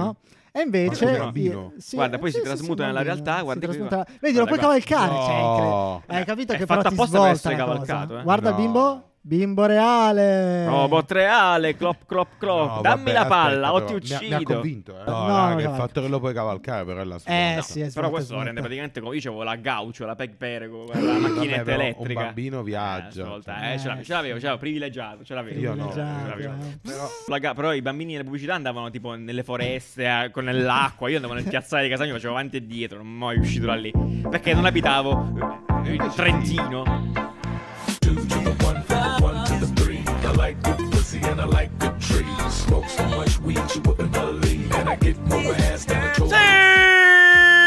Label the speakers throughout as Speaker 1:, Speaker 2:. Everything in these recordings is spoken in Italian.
Speaker 1: no? E invece,
Speaker 2: Porca bambino.
Speaker 1: io- sì,
Speaker 3: Guarda, poi
Speaker 1: sì,
Speaker 3: si
Speaker 1: sì, sì,
Speaker 3: trasmuta
Speaker 1: un
Speaker 3: nella
Speaker 1: bambino,
Speaker 3: realtà,
Speaker 1: si
Speaker 3: guarda che-
Speaker 1: trasmuta- Vedi, lo puoi
Speaker 3: guarda,
Speaker 1: cavalcare.
Speaker 2: guarda.
Speaker 1: cioè,
Speaker 2: No.
Speaker 1: incre- Hai capito
Speaker 3: È
Speaker 1: che
Speaker 3: fatta
Speaker 1: però ti
Speaker 3: apposta per
Speaker 1: svolta
Speaker 3: essere
Speaker 1: la cosa.
Speaker 3: cavalcato, eh.
Speaker 1: Guarda,
Speaker 2: No.
Speaker 1: bimbo, bimbo reale.
Speaker 3: Robot reale, clop clop clop,
Speaker 2: No, vabbè,
Speaker 3: dammi la
Speaker 2: aspetta,
Speaker 3: palla o
Speaker 2: però.
Speaker 3: ti
Speaker 2: Mi ha-
Speaker 3: uccido.
Speaker 4: Mi ha convinto, eh.
Speaker 2: No,
Speaker 1: No,
Speaker 2: raga,
Speaker 1: non
Speaker 2: il
Speaker 1: cavalca.
Speaker 2: fatto che lo puoi cavalcare, però è la sua.
Speaker 1: Eh sì, è svolta,
Speaker 3: Però questo lo
Speaker 1: svolta.
Speaker 3: rende praticamente come io avevo la gaucho, la peg perego, la macchinetta
Speaker 2: però un
Speaker 3: elettrica.
Speaker 2: bambino viaggia,
Speaker 3: Eh, stavolta,
Speaker 2: cioè.
Speaker 3: eh, ce l'avevo, ce l'avevo, ce l'avevo, privilegiato, ce l'avevo.
Speaker 2: Io no.
Speaker 3: ce l'avevo.
Speaker 1: Privilegiato, eh.
Speaker 2: Però
Speaker 3: La ga- però i bambini nelle pubblicità andavano tipo nelle foreste a- con l'acqua. Io andavo nel piazzale di casa mia, facevo avanti e dietro, non mai uscito da lì. Perché non abitavo eh, in Trentino.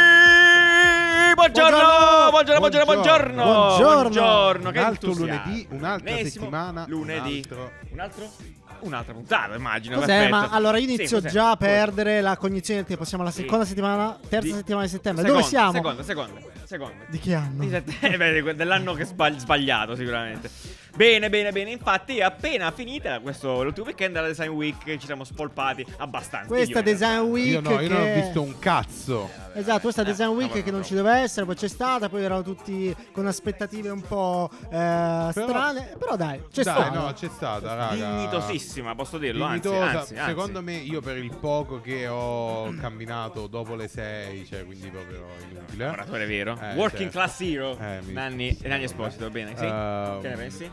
Speaker 3: Sì! Buongiorno! Buongiorno, buongiorno, buongiorno!
Speaker 1: Buongiorno!
Speaker 2: un
Speaker 3: Che
Speaker 2: altro
Speaker 3: entusiasmo.
Speaker 2: lunedì, un'altra
Speaker 3: Ennesimo
Speaker 2: settimana.
Speaker 3: Lunedì.
Speaker 2: Un altro...
Speaker 3: Un altro? Un'altra puntata, immagino.
Speaker 1: Cos'è?
Speaker 3: perfetto.
Speaker 1: Ma allora io
Speaker 3: Sì,
Speaker 1: inizio
Speaker 3: cos'è?
Speaker 1: già a
Speaker 3: Cos'è?
Speaker 1: perdere la cognizione del tempo. Siamo alla
Speaker 3: Sì.
Speaker 1: seconda settimana, terza
Speaker 3: Di-
Speaker 1: settimana di settembre.
Speaker 3: Seconda,
Speaker 1: Dove siamo?
Speaker 3: Seconda, seconda, seconda.
Speaker 1: Di che anno?
Speaker 3: Di sette- eh, beh, di- dell'anno che sbag- sbagliato sicuramente. Bene, bene, bene. Infatti è appena finita questo l'ultimo weekend della Design Week. Ci siamo spolpati abbastanza.
Speaker 1: Questa
Speaker 3: Io, in
Speaker 1: Design
Speaker 3: realtà.
Speaker 1: Week.
Speaker 2: Io no, io
Speaker 1: che...
Speaker 2: non ho visto un cazzo.
Speaker 1: Esatto, questa
Speaker 3: Eh,
Speaker 1: Design Week
Speaker 3: vabbè,
Speaker 1: che non
Speaker 3: però-
Speaker 1: ci doveva essere, poi c'è stata, poi erano tutti con aspettative un po' eh, strane, però dai, c'è
Speaker 2: Dai,
Speaker 1: stata.
Speaker 2: no, c'è stata, raga.
Speaker 3: Dignitosissima, posso dirlo. Anzi,
Speaker 2: Dignitosa.
Speaker 3: anzi, anzi.
Speaker 2: Secondo me io per il poco che ho camminato dopo le 6, cioè quindi proprio inutile.
Speaker 3: Oratore vero.
Speaker 2: Eh,
Speaker 3: Working
Speaker 2: certo.
Speaker 3: class hero.
Speaker 2: Eh, mi-
Speaker 3: Nanni, Nanni Esposito, bene, sì.
Speaker 2: Ehm,
Speaker 3: che ne pensi?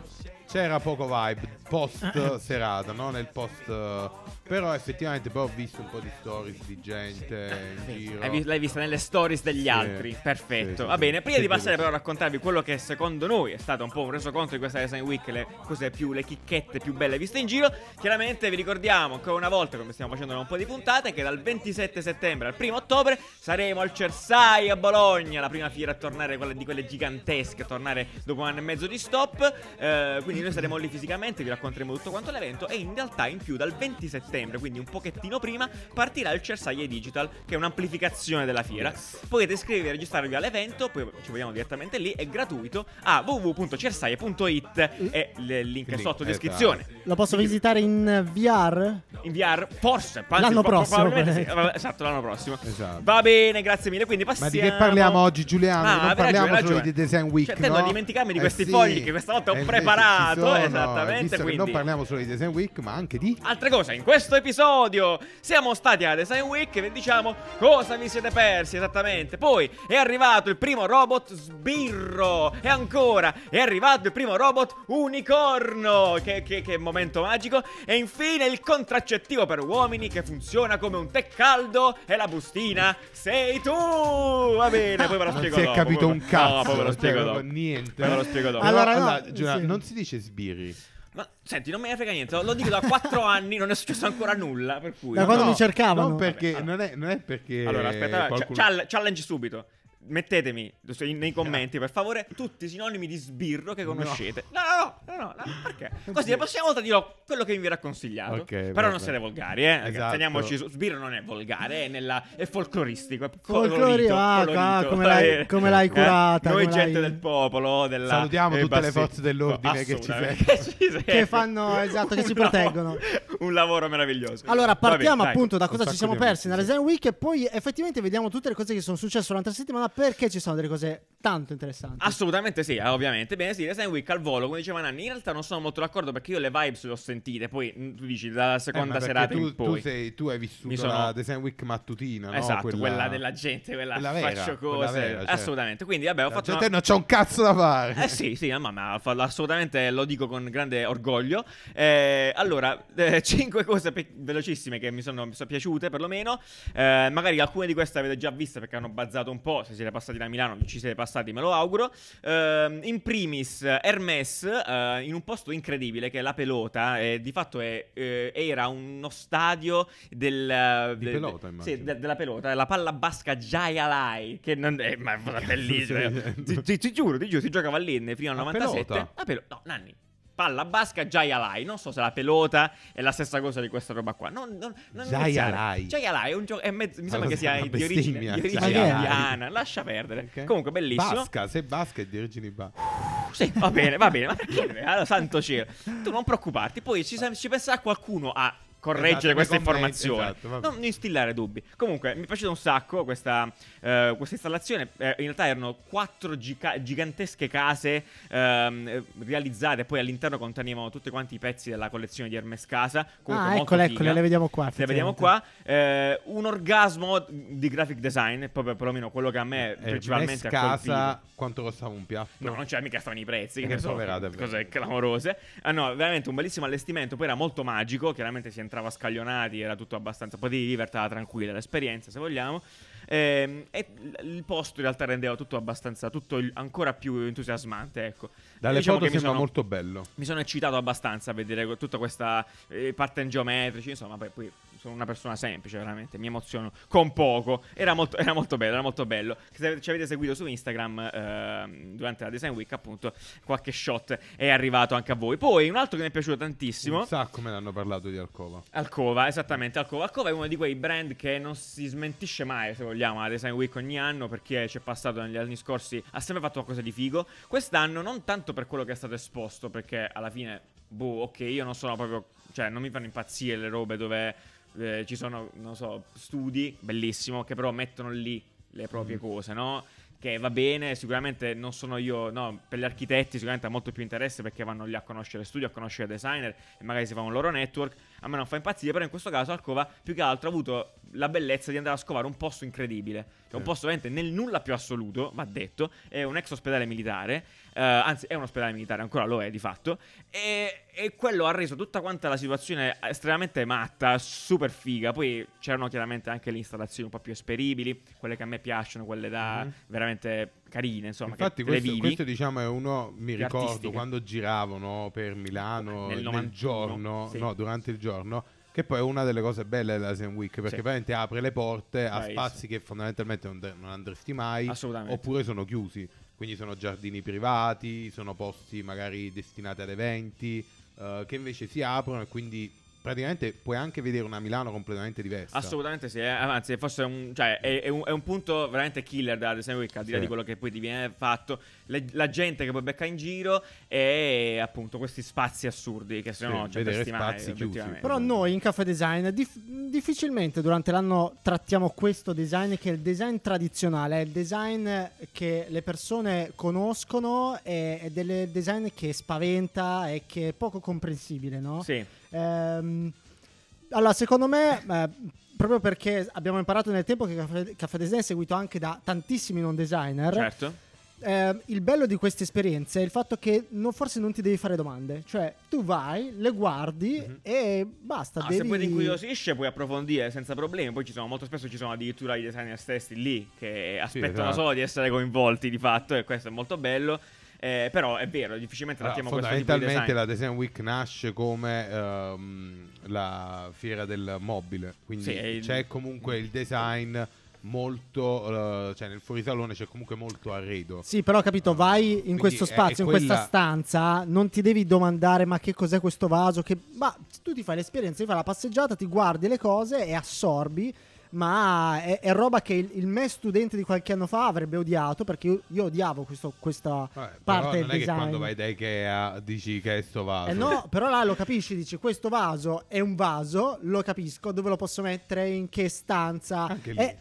Speaker 2: C'era poco vibe post serata, no? Nel post. Però effettivamente poi ho visto un po' di stories di gente in
Speaker 3: Vedi,
Speaker 2: giro.
Speaker 3: l'hai vis- L'hai vista nelle stories degli
Speaker 2: Sì,
Speaker 3: altri. Perfetto.
Speaker 2: sì, sì,
Speaker 3: Va
Speaker 2: sì.
Speaker 3: bene, prima
Speaker 2: Sì,
Speaker 3: di passare
Speaker 2: sì,
Speaker 3: però a
Speaker 2: sì.
Speaker 3: raccontarvi quello che secondo noi è stato un po' un resoconto di questa Design Week, le cose più, le chicchette più belle viste in giro, chiaramente vi ricordiamo ancora una volta, come stiamo facendo da un po' di puntate, che dal 27 settembre al 1 ottobre saremo al Cersai a Bologna, la prima fiera a tornare, quella di quelle gigantesche, a tornare dopo un anno e mezzo di stop. Eh, quindi noi saremo lì fisicamente, vi racconteremo tutto quanto l'evento e in realtà in più dal 20 settembre, quindi un pochettino prima, partirà il Cersaie Digital, che è un'amplificazione della fiera. Potete iscrivervi e registrarvi all'evento, poi ci vediamo direttamente lì, è gratuito a www.cersaie.it e il link è
Speaker 2: Link, Mm.
Speaker 3: sotto in
Speaker 2: esatto.
Speaker 3: descrizione.
Speaker 1: Lo posso
Speaker 3: Sì.
Speaker 1: visitare in VR?
Speaker 3: Inviar forse
Speaker 1: L'anno prossimo,
Speaker 3: probabilmente
Speaker 1: però.
Speaker 3: sì. esatto, l'anno prossimo.
Speaker 2: Esatto.
Speaker 3: Va bene, grazie mille. Quindi
Speaker 2: Ma
Speaker 3: passiamo
Speaker 2: di che parliamo oggi, Giuliano?
Speaker 3: Ah,
Speaker 2: non
Speaker 3: avevi
Speaker 2: parliamo
Speaker 3: ragione,
Speaker 2: solo
Speaker 3: ragione.
Speaker 2: di Design Week.
Speaker 3: Cioè, tendo
Speaker 2: no?
Speaker 3: a dimenticarmi di
Speaker 2: Eh
Speaker 3: questi
Speaker 2: sì.
Speaker 3: fogli che questa volta ho
Speaker 2: Eh, invece ci
Speaker 3: preparato.
Speaker 2: sono,
Speaker 3: Esattamente.
Speaker 2: visto che
Speaker 3: quindi.
Speaker 2: non parliamo solo di Design Week, ma anche di.
Speaker 3: Altre cose, in questo episodio siamo stati a Design Week e vi diciamo cosa vi siete persi esattamente. Poi è arrivato il primo robot sbirro e ancora è arrivato il primo robot unicorno. Che, che- che momento magico. E infine il contraccettivo per uomini che funziona come un tè caldo e la bustina sei tu. Va bene, poi ve lo
Speaker 2: Non si
Speaker 3: spiego
Speaker 2: è
Speaker 3: dopo,
Speaker 2: capito
Speaker 3: poi-
Speaker 2: un cazzo.
Speaker 3: No, poi ve lo
Speaker 2: cioè,
Speaker 3: spiego
Speaker 2: proprio
Speaker 3: dopo.
Speaker 2: Niente.
Speaker 3: Poi ve lo spiego dopo.
Speaker 2: Però,
Speaker 1: Allora,
Speaker 2: Allora,
Speaker 1: no,
Speaker 2: Giuliano,
Speaker 1: sì.
Speaker 2: non si dice sbirri.
Speaker 3: Ma senti, non me ne frega niente, lo dico da 4 anni, non è successo ancora nulla, per cui...
Speaker 1: Da quando
Speaker 2: No,
Speaker 1: mi cercavano.
Speaker 2: Non, perché,
Speaker 3: Vabbè,
Speaker 2: non, è, non è perché.
Speaker 3: Allora, aspetta,
Speaker 2: qualcuno-
Speaker 3: cha- chall- challenge subito. Mettetemi se- in- nei commenti, per favore, tutti i sinonimi di sbirro che conoscete. No, no, no, no, no, no, perché? Così la prossima volta dirò quello che mi verrà consigliato.
Speaker 2: Ok,
Speaker 3: però non
Speaker 2: vabbè.
Speaker 3: siete volgari, eh. ragazzi,
Speaker 2: Esatto.
Speaker 3: Teniamoci su. Sbirro non è volgare, è, nella- è folcloristico. È
Speaker 1: Folclorico,
Speaker 3: colorito,
Speaker 1: ah,
Speaker 3: colorito,
Speaker 1: ah, come
Speaker 3: va
Speaker 1: l'hai-
Speaker 3: bene.
Speaker 1: come l'hai
Speaker 3: Eh,
Speaker 1: curata,
Speaker 3: Noi
Speaker 1: come
Speaker 3: gente
Speaker 1: l'hai-
Speaker 3: del popolo, della-
Speaker 2: Salutiamo
Speaker 3: dei
Speaker 2: tutte le
Speaker 3: bassi-
Speaker 2: forze dell'ordine che ci
Speaker 3: Assolutamente,
Speaker 2: seguono.
Speaker 3: ci seguono.
Speaker 1: Che fanno- esatto, che ci
Speaker 3: Un lavoro-
Speaker 1: proteggono.
Speaker 3: Un lavoro meraviglioso.
Speaker 1: Allora,
Speaker 3: Va bene,
Speaker 1: partiamo
Speaker 3: dai.
Speaker 1: appunto da
Speaker 2: Un
Speaker 1: cosa ci
Speaker 2: sacco
Speaker 1: siamo
Speaker 2: di
Speaker 1: persi
Speaker 2: amici,
Speaker 1: nella
Speaker 2: sì.
Speaker 1: Design Week e poi effettivamente vediamo tutte le cose che sono successe durante la settimana perché ci sono delle cose tanto interessanti.
Speaker 3: Assolutamente sì, eh, ovviamente. Bene, sì, Design Week al volo, come diceva Nanni, in realtà non sono molto d'accordo perché io le vibes le ho sentite, poi mh, tu dici dalla
Speaker 2: Eh, ma
Speaker 3: seconda
Speaker 2: perché
Speaker 3: serata
Speaker 2: tu,
Speaker 3: in poi.
Speaker 2: tu, sei, tu hai vissuto
Speaker 3: Mi sono-
Speaker 2: la Design Week mattutina, no?
Speaker 3: Esatto, quella... della gente, quella,
Speaker 2: quella vera,
Speaker 3: faccio
Speaker 2: quella
Speaker 3: cose.
Speaker 2: vera, cioè.
Speaker 3: Assolutamente. Quindi vabbè, ho
Speaker 2: La
Speaker 3: fatto
Speaker 2: gente
Speaker 3: una-
Speaker 2: non c'ha un cazzo da fare.
Speaker 3: Eh sì, sì, ma, ma fa- assolutamente lo dico con grande orgoglio. Eh, allora, 5 cose pe- velocissime che mi sono, mi sono piaciute perlomeno. Eh, magari alcune di queste avete già viste perché hanno bazzato un po'. Se siete passati da Milano, ci siete passati, me lo auguro. Ehm, in primis, Hermes, eh, in un posto incredibile che è la pelota, eh, di fatto è, eh, era uno stadio del,
Speaker 2: Di
Speaker 3: de-
Speaker 2: pelota,
Speaker 3: de-
Speaker 2: immagino.
Speaker 3: sì, de- della pelota, la palla basca Jaya Lai, che non è ma è bellissima.
Speaker 2: stai dicendo?
Speaker 3: Ti- ti, ti giuro, ti giuro, si giocava lì ne- fino al
Speaker 2: A
Speaker 3: 97.
Speaker 2: pelota?
Speaker 3: La pelota. No, Nanni. Palla basca, Jaya Lai. Non so se la pelota è la stessa cosa di questa roba qua. Non, non, non
Speaker 2: Jaya
Speaker 3: iniziare.
Speaker 2: Lai.
Speaker 3: Jaya Lai è un gioco. è mezzo- Mi sembra che
Speaker 2: Allora,
Speaker 3: sia
Speaker 2: una
Speaker 3: di origine, di
Speaker 2: bestemmia.
Speaker 3: origine
Speaker 1: Jaya Lai.
Speaker 3: indiana. Lascia perdere.
Speaker 2: Eh, Ok.
Speaker 3: Comunque, bellissimo.
Speaker 2: Basca, se basca è di origini ba.
Speaker 3: Sì, va bene, va bene. Ma perché? Allora, santo cielo. Tu non preoccuparti. Poi ci, se- ci penserà qualcuno a
Speaker 2: Esatto,
Speaker 3: correggere
Speaker 2: nei
Speaker 3: questa
Speaker 2: commenti,
Speaker 3: informazione.
Speaker 2: esatto, vabbè.
Speaker 3: non instillare dubbi. Comunque, mi è piaciuta un sacco questa, eh, questa installazione. Eh, in realtà erano quattro gica- gigantesche case ehm, eh, realizzate. Poi all'interno contenevano tutti quanti i pezzi della collezione di Hermes Casa. Comunque
Speaker 1: Ah,
Speaker 3: molto
Speaker 1: eccole,
Speaker 3: figa.
Speaker 1: eccole, le vediamo qua.
Speaker 3: Le vediamo qua. Eh, un orgasmo di graphic design, proprio perlomeno quello che a me Eh, principalmente ha colpito.
Speaker 2: Eh, casa quanto costava un piatto?
Speaker 3: No, non c'era mica stavano i prezzi,
Speaker 2: Eh,
Speaker 3: che sono
Speaker 2: poverate, è vero.
Speaker 3: cose clamorose. Ah no, veramente un bellissimo allestimento, poi era molto magico, chiaramente si entrava scaglionati, era tutto abbastanza, potevi vivertela tranquilla l'esperienza se vogliamo. Ehm, E, l- il posto in realtà rendeva tutto abbastanza, tutto il- ancora più entusiasmante, ecco.
Speaker 2: Dalle
Speaker 3: Diciamo
Speaker 2: foto
Speaker 3: che mi
Speaker 2: sembra
Speaker 3: sono-
Speaker 2: molto bello.
Speaker 3: Mi sono eccitato abbastanza a vedere co- tutta questa eh, parte geometrici, insomma, poi, poi sono una persona semplice veramente, mi emoziono con poco. Era molto, era molto bello, era molto bello. Se ci avete seguito su Instagram ehm, durante la Design Week, appunto, qualche shot è arrivato anche a voi. Poi un altro che mi è piaciuto tantissimo.
Speaker 2: Un sacco me ne hanno parlato di Alcova.
Speaker 3: Alcova, esattamente, Alcova. Alcova è uno di quei brand che non si smentisce mai, se vogliamo, alla Design Week ogni anno, perché ci è passato negli anni scorsi, ha sempre fatto qualcosa di figo. Quest'anno non tanto per quello che è stato esposto, perché alla fine, boh, ok, io non sono proprio... cioè non mi fanno impazzire le robe dove eh, ci sono, non so, studi, bellissimo, che però mettono lì le proprie cose, no? Che va bene, sicuramente non sono io, no, per gli architetti sicuramente ha molto più interesse perché vanno lì a conoscere studio, a conoscere designer e magari si fa un loro network. A me non fa impazzire, però in questo caso Alcova più che altro ha avuto la bellezza di andare a scovare un posto incredibile, che è un
Speaker 2: Sì.
Speaker 3: posto veramente nel nulla più assoluto, va detto, è un ex ospedale militare, eh, anzi è un ospedale militare, ancora lo è di fatto, e, e quello ha reso tutta quanta la situazione estremamente matta, super figa. Poi c'erano chiaramente anche le installazioni un po' più esperibili, quelle che a me piacciono, quelle da
Speaker 2: Mhm.
Speaker 3: veramente carine, insomma,
Speaker 2: Infatti,
Speaker 3: che te le
Speaker 2: questo,
Speaker 3: vivi.
Speaker 2: questo, diciamo è uno. Mi
Speaker 3: Più
Speaker 2: ricordo
Speaker 3: artistica.
Speaker 2: quando giravano per Milano
Speaker 3: Nel
Speaker 2: nel,
Speaker 3: 91,
Speaker 2: giorno,
Speaker 3: sì.
Speaker 2: no, durante il giorno. Che poi è una delle cose belle della Zen Week perché
Speaker 3: Sì.
Speaker 2: veramente apre le porte a
Speaker 3: Bravissimo.
Speaker 2: spazi che fondamentalmente non, de- non andresti mai
Speaker 3: Assolutamente.
Speaker 2: oppure sono chiusi. Quindi sono giardini privati, sono posti magari destinati ad eventi eh, che invece si aprono e quindi praticamente puoi anche vedere una Milano completamente diversa.
Speaker 3: Assolutamente sì, eh. anzi forse è un, cioè, è, è un, è un punto veramente killer della Design Week, al di là
Speaker 2: Sì.
Speaker 3: di quello che poi ti viene fatto, Le- la gente che poi becca in giro e appunto questi spazi assurdi che se
Speaker 2: Sì,
Speaker 3: no ci
Speaker 2: vedere
Speaker 3: avresti mai,
Speaker 2: spazi chiusi.
Speaker 3: obiettivamente.
Speaker 1: Però noi in Caffè Design dif- difficilmente durante l'anno trattiamo questo design che è il design tradizionale, è il design che le persone conoscono e- ed è del design che spaventa e che è poco comprensibile, no?
Speaker 3: Sì,
Speaker 1: Ehm, allora, secondo me, eh, proprio perché abbiamo imparato nel tempo che Caffè, Caffè Design è seguito anche da tantissimi non designer,
Speaker 3: certo.
Speaker 1: eh, il bello di queste esperienze è il fatto che non- forse non ti devi fare domande. Cioè, tu vai, le guardi
Speaker 2: Mhm.
Speaker 1: e basta.
Speaker 3: Ah,
Speaker 1: devi...
Speaker 3: Se poi ti incuriosisce puoi approfondire senza problemi. Poi ci sono molto spesso ci sono addirittura i designer stessi lì che aspettano
Speaker 2: esatto.
Speaker 3: solo di essere coinvolti di fatto e questo è molto bello. Eh, però è vero, difficilmente
Speaker 2: Allora,
Speaker 3: trattiamo questo tipo di
Speaker 2: Ah, fondamentalmente
Speaker 3: design.
Speaker 2: la Design Week nasce come ehm, la fiera del mobile, quindi
Speaker 3: Sì, è il-
Speaker 2: c'è comunque il design molto, eh, cioè nel fuorisalone c'è comunque molto arredo.
Speaker 1: Sì, però capito, vai in
Speaker 2: Ecco. Quindi
Speaker 1: questo
Speaker 2: è- è
Speaker 1: spazio, in questa
Speaker 2: quella-
Speaker 1: stanza, non ti devi domandare ma che cos'è questo vaso, che... ma tu ti fai l'esperienza, ti fai la passeggiata, ti guardi le cose e assorbi, ma è, è roba che il, il me studente di qualche anno fa avrebbe odiato, perché io, io odiavo questo, questa
Speaker 2: Vabbè, però
Speaker 1: parte del
Speaker 2: non è che
Speaker 1: design.
Speaker 2: quando vai da Ikea dici che è sto vaso.
Speaker 1: Eh no, però là lo capisci, dici questo vaso è un vaso, lo capisco, dove lo posso mettere, in che stanza.
Speaker 2: Anche lì.
Speaker 1: Eh,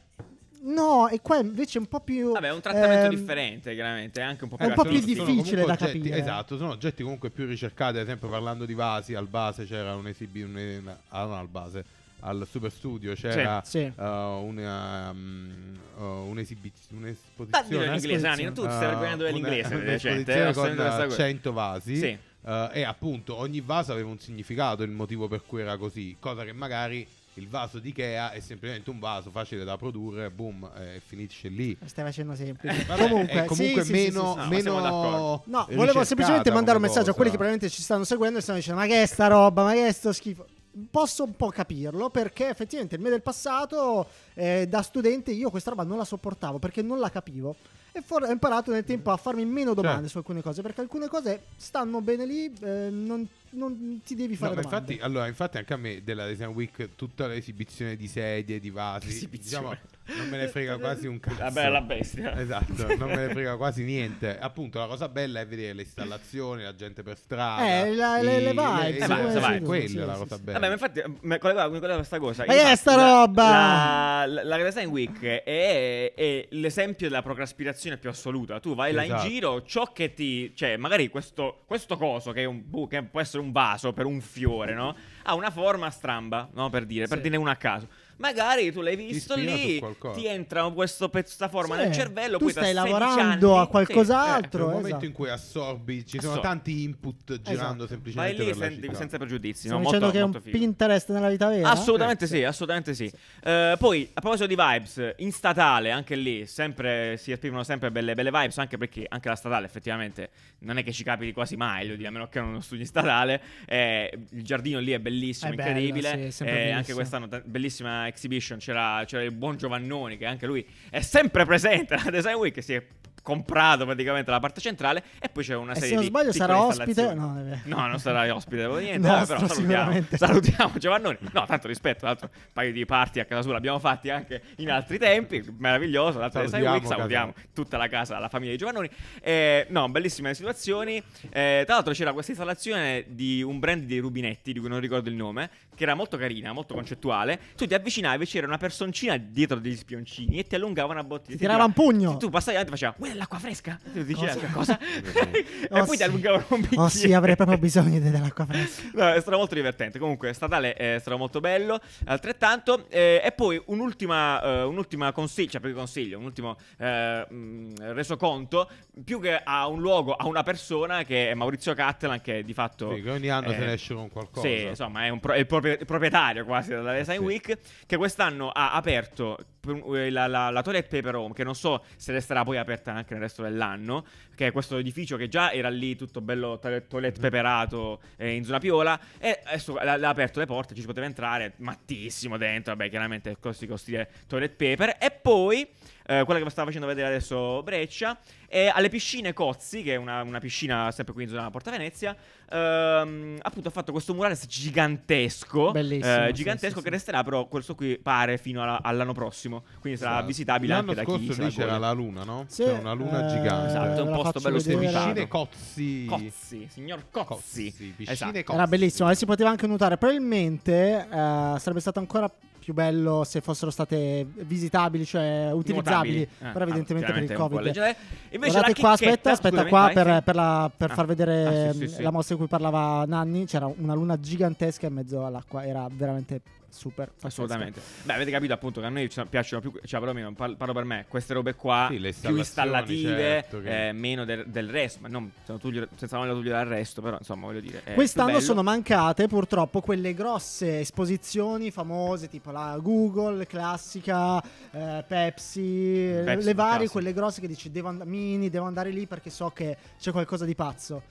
Speaker 1: no, e qua invece è un po' più...
Speaker 3: Vabbè, è un trattamento
Speaker 1: ehm,
Speaker 3: differente, chiaramente. È anche un po'
Speaker 1: è
Speaker 3: più
Speaker 1: un po' più
Speaker 2: Sono-
Speaker 3: artistico.
Speaker 2: sono
Speaker 1: difficile
Speaker 2: comunque
Speaker 1: da
Speaker 2: oggetti-
Speaker 1: capire.
Speaker 2: Esatto, sono oggetti comunque più ricercati. Ad esempio, parlando di vasi, al base c'era un esibi- un- ah, non al base, al super studio c'era
Speaker 1: Sì.
Speaker 2: eh, una, mm, eh, un'esibi-
Speaker 3: Da dillo in
Speaker 2: un'esposizione.
Speaker 3: inglese, Ani, non tu ti stai
Speaker 2: Eh,
Speaker 3: vergognando dell'inglese
Speaker 2: una-
Speaker 3: di recente, eh,
Speaker 2: un'esposizione
Speaker 3: ho sentito questa
Speaker 2: con
Speaker 3: cosa.
Speaker 2: 100 vasi.
Speaker 3: Sì.
Speaker 2: eh, e appunto ogni vaso aveva un significato, il motivo per cui era così, cosa che magari il vaso di Ikea è semplicemente un vaso facile da produrre, boom, eh, e finisce lì.
Speaker 1: Stai facendo semplice.
Speaker 2: Eh, Vabbè,
Speaker 1: comunque,
Speaker 2: è comunque
Speaker 1: sì, sì, sì,
Speaker 2: meno,
Speaker 1: sì,
Speaker 3: no, ma
Speaker 1: sì.
Speaker 2: meno
Speaker 3: siamo d'accordo.
Speaker 1: No, volevo
Speaker 2: ricercata
Speaker 1: semplicemente mandare un
Speaker 2: come Eh.
Speaker 1: messaggio a quelli che
Speaker 2: cosa.
Speaker 1: probabilmente ci stanno seguendo e stanno dicendo ma che è sta roba, ma che è sto schifo. Posso un po' capirlo perché effettivamente il me del passato eh, da studente io questa roba non la sopportavo perché non la capivo e for- ho imparato nel tempo a farmi meno domande
Speaker 2: Certo.
Speaker 1: su alcune cose perché alcune cose stanno bene lì, eh, non non ti devi fare
Speaker 2: No, ma
Speaker 1: domande.
Speaker 2: infatti, allora, infatti anche a me della Design Week tutta l'esibizione di sedie, di vasi, diciamo,
Speaker 3: Esibizione.
Speaker 2: non me ne frega quasi un cazzo.
Speaker 3: La bella bestia.
Speaker 2: Esatto, non me ne frega quasi niente. Appunto, la cosa bella è vedere le installazioni, la gente per strada.
Speaker 1: Eh, la- le-
Speaker 2: i-
Speaker 1: le vibes,
Speaker 2: le-
Speaker 3: come
Speaker 2: sì,
Speaker 3: si
Speaker 2: quella
Speaker 1: dice,
Speaker 2: è la
Speaker 1: sì,
Speaker 2: cosa
Speaker 1: sì.
Speaker 2: bella.
Speaker 3: Vabbè, ma infatti, mi collegavo con questa cosa.
Speaker 1: Ma che è
Speaker 3: Infatti,
Speaker 1: sta
Speaker 3: la-
Speaker 1: roba?
Speaker 3: La, la, la Design Week è, è l'esempio della procraspirazione più assoluta. Tu vai là
Speaker 2: Esatto.
Speaker 3: in giro, ciò che ti. cioè, magari questo, questo coso, che, è un bu- che può essere un vaso per un fiore, no? Ha una forma stramba, no? Per dire, per
Speaker 1: Sì.
Speaker 3: dirne una a caso. Magari tu l'hai visto
Speaker 2: ispira su
Speaker 3: lì,
Speaker 2: qualcosa.
Speaker 3: ti entra questo pezzo, questa forma
Speaker 1: Sì,
Speaker 3: nel cervello.
Speaker 1: tu
Speaker 3: poi tra
Speaker 1: stai
Speaker 3: 16
Speaker 1: lavorando
Speaker 3: anni-
Speaker 1: a qualcos'altro.
Speaker 2: C'è un momento
Speaker 1: esatto.
Speaker 2: in cui assorbi, ci sono
Speaker 3: Assorbi.
Speaker 2: tanti input girando
Speaker 3: Sì, vai
Speaker 2: semplicemente
Speaker 3: lì
Speaker 2: per la
Speaker 3: senti-
Speaker 2: città.
Speaker 3: senza pregiudizi.
Speaker 1: Stiamo
Speaker 3: no?
Speaker 1: dicendo
Speaker 3: Molto-
Speaker 1: che è un
Speaker 3: molto figo.
Speaker 1: Pinterest nella vita vera?
Speaker 3: Assolutamente
Speaker 2: Sì.
Speaker 3: sì, assolutamente sì. Eh, poi, a proposito di vibes, in statale, anche lì, sempre, si esprimono sempre belle, belle vibes, anche perché anche la statale effettivamente non è che ci capiti quasi mai, voglio dire, a meno che non studi in statale. Eh, il giardino lì è bellissimo,
Speaker 1: È bello,
Speaker 3: incredibile.
Speaker 1: sì, è sempre
Speaker 3: Eh, anche
Speaker 1: bellissimo.
Speaker 3: quest'anno, ta- bellissima exhibition, c'era, c'era il buon Giovannoni, che anche lui è sempre presente alla Design Week, si è comprato praticamente la parte centrale e poi c'è una
Speaker 1: E
Speaker 3: serie
Speaker 1: se non
Speaker 3: di
Speaker 1: sbaglio
Speaker 3: piccole
Speaker 1: sarà ospite.
Speaker 3: installazioni.
Speaker 1: No, non è vero.
Speaker 3: No, non sarà ospite, devo niente,
Speaker 1: Nostro,
Speaker 3: vabbè, però salutiamo,
Speaker 1: sicuramente.
Speaker 3: salutiamo Giovannoni. No, tanto rispetto, tra l'altro un paio di party a casa sua l'abbiamo fatti anche in altri tempi, meraviglioso, l'altro Design
Speaker 2: Salutiamo
Speaker 3: Week, salutiamo tutta la casa, la famiglia di Giovannoni. Eh, no, bellissime situazioni. Eh, tra l'altro c'era questa installazione di un brand di rubinetti, di cui non ricordo il nome, che era molto carina, molto concettuale. Tu ti avvicinavi, c'era una personcina dietro degli spioncini e ti allungava una bottiglia.
Speaker 1: Ti tirava un pugno.
Speaker 3: Tu passavi avanti e faceva, quella è l'acqua fresca. E tu dici,
Speaker 1: Cosa?
Speaker 3: cosa? e
Speaker 1: Oh,
Speaker 3: poi ti
Speaker 1: sì.
Speaker 3: allungavano un bicchiere.
Speaker 1: Oh sì, avrei proprio bisogno di- dell'acqua fresca.
Speaker 3: No, è stato molto divertente. Comunque, statale è stato molto bello. Altrettanto. eh, e poi un'ultima, eh, un'ultima consiglio, cioè più che consiglio, un ultimo eh, mh, resoconto. Più che a un luogo, a una persona che è Maurizio Cattelan, che di fatto.
Speaker 2: Sì, che ogni anno
Speaker 3: eh,
Speaker 2: se ne esce con qualcosa. Eh,
Speaker 3: Sì, esatto, insomma, è, un pro- è il, proprio- il proprietario quasi della Design
Speaker 2: Sì.
Speaker 3: Week. Che quest'anno ha aperto per- eh, la, la, la Toilet Paper Home, che non so se resterà poi aperta anche nel resto dell'anno. Che è questo edificio che già era lì tutto bello toilet,
Speaker 2: Mm.
Speaker 3: toilet peperato eh, in zona Piola. E adesso l- l'ha aperto le porte, ci si poteva entrare, mattissimo dentro. Vabbè, chiaramente costi costi di toilet paper. E poi. eh, quella che mi stava facendo vedere adesso Breccia e alle piscine Cozzi, che è una, una piscina sempre qui in zona Porta Venezia, ehm, appunto ha fatto questo murales gigantesco,
Speaker 1: Bellissimo,
Speaker 3: eh,
Speaker 1: sì,
Speaker 3: gigantesco
Speaker 1: sì,
Speaker 3: che
Speaker 1: sì.
Speaker 3: resterà però questo qui pare fino alla- all'anno prossimo, quindi sarà
Speaker 2: Esatto.
Speaker 3: visitabile
Speaker 2: L'anno
Speaker 3: anche da chi
Speaker 2: scorso
Speaker 3: se la
Speaker 2: lì c'era
Speaker 3: gode.
Speaker 2: la luna, no?
Speaker 1: Sì,
Speaker 2: C'era una luna
Speaker 1: eh,
Speaker 2: gigante.
Speaker 3: Esatto, è un
Speaker 1: la
Speaker 3: posto
Speaker 1: faccio
Speaker 3: bello
Speaker 1: vedere.
Speaker 3: semplicino.
Speaker 2: Piscine Cozzi.
Speaker 3: Cozzi, signor Cozzi.
Speaker 2: piscine
Speaker 3: Esatto.
Speaker 2: Cozzi.
Speaker 1: Era bellissimo, e si poteva anche nuotare. Probabilmente eh, sarebbe stato ancora più bello se fossero state visitabili, cioè utilizzabili.
Speaker 3: Nuotabili. Eh,
Speaker 1: però evidentemente per
Speaker 3: chiaramente
Speaker 1: il
Speaker 3: è un po'
Speaker 1: Covid.
Speaker 3: leggero.
Speaker 1: Guardate
Speaker 3: Invece la
Speaker 1: qua,
Speaker 3: chicchetta-
Speaker 1: aspetta, aspetta
Speaker 3: scusami,
Speaker 1: qua
Speaker 3: vai,
Speaker 1: per,
Speaker 3: sì.
Speaker 1: per la- per
Speaker 3: Ah.
Speaker 1: far vedere
Speaker 3: Ah, sì, sì,
Speaker 1: mh,
Speaker 3: sì.
Speaker 1: la mossa di cui parlava Nanni. C'era una luna gigantesca in mezzo all'acqua, era veramente super. pazzesca.
Speaker 3: Assolutamente. Beh, avete capito appunto che a noi ci piacciono più, cioè perlomeno par- parlo per me, queste robe qua
Speaker 2: Sì, le
Speaker 3: più
Speaker 2: installazioni,
Speaker 3: installative,
Speaker 2: certo, che-
Speaker 3: eh, meno del, del resto, ma non sono tuglio- senza voler togliere al resto, però insomma voglio dire... è Eh, più
Speaker 1: Quest'anno
Speaker 3: bello.
Speaker 1: sono mancate purtroppo quelle grosse esposizioni famose tipo la Google, classica, eh, Pepsi, eh,
Speaker 3: Pepsi,
Speaker 1: le varie,
Speaker 3: classico.
Speaker 1: quelle grosse che dici devo and- mini, devo andare lì perché so che c'è qualcosa di pazzo.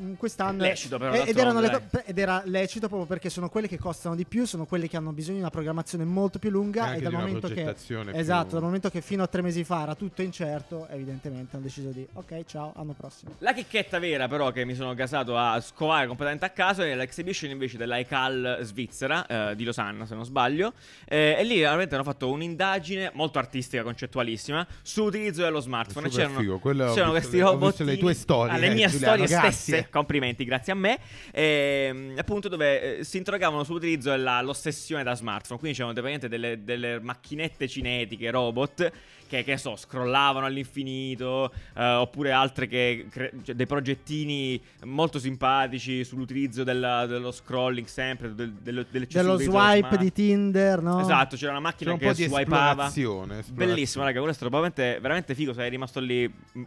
Speaker 1: Mm, Quest'anno
Speaker 3: Lecito, però,
Speaker 1: eh, ed,
Speaker 3: d'altronde,
Speaker 1: erano le
Speaker 3: dai.
Speaker 1: co- pe- ed era lecito proprio perché sono quelle che costano di più, sono quelle che hanno bisogno di una programmazione molto più
Speaker 2: E
Speaker 1: lunga
Speaker 2: anche
Speaker 1: e
Speaker 2: di
Speaker 1: dal
Speaker 2: una
Speaker 1: momento che
Speaker 2: progettazione più-
Speaker 1: Esatto, dal momento che fino a tre mesi fa era tutto incerto, evidentemente hanno deciso di ok, ciao, anno prossimo.
Speaker 3: La chicchetta vera, però, che mi sono gasato a scovare completamente a caso, è l'exhibition invece dell'ICAL svizzera, eh, di Losanna, se non sbaglio. Eh, e lì veramente hanno fatto un'indagine molto artistica, concettualissima, sull'utilizzo dello smartphone. E
Speaker 2: Super
Speaker 3: C'erano,
Speaker 2: figo, quello ho
Speaker 3: c'erano
Speaker 2: visto
Speaker 3: questi
Speaker 2: le- ho
Speaker 3: robot.
Speaker 2: visto le tue storie, eh.
Speaker 3: Alle mie
Speaker 2: Giuliano,
Speaker 3: storie stesse.
Speaker 2: grazie.
Speaker 3: Complimenti, grazie a me. Ehm, appunto, dove eh, si interrogavano sull'utilizzo dell'ossessione da smartphone. Quindi c'erano praticamente delle, delle macchinette cinetiche, robot, che, che so, scrollavano all'infinito, eh, oppure altre che cre- cioè, dei progettini molto simpatici sull'utilizzo della- dello scrolling sempre, del- dello- dell'eccesso
Speaker 1: Dello
Speaker 3: di utilizzo
Speaker 1: swipe
Speaker 3: smart.
Speaker 1: di Tinder, no?
Speaker 3: Esatto, c'era una
Speaker 2: C'è
Speaker 3: macchina
Speaker 2: un po'
Speaker 3: che
Speaker 2: di
Speaker 3: swipeava.
Speaker 2: esplorazione. esplorazione.
Speaker 3: Bellissimo, raga, quello è stato veramente, veramente figo. Sarei rimasto lì mm,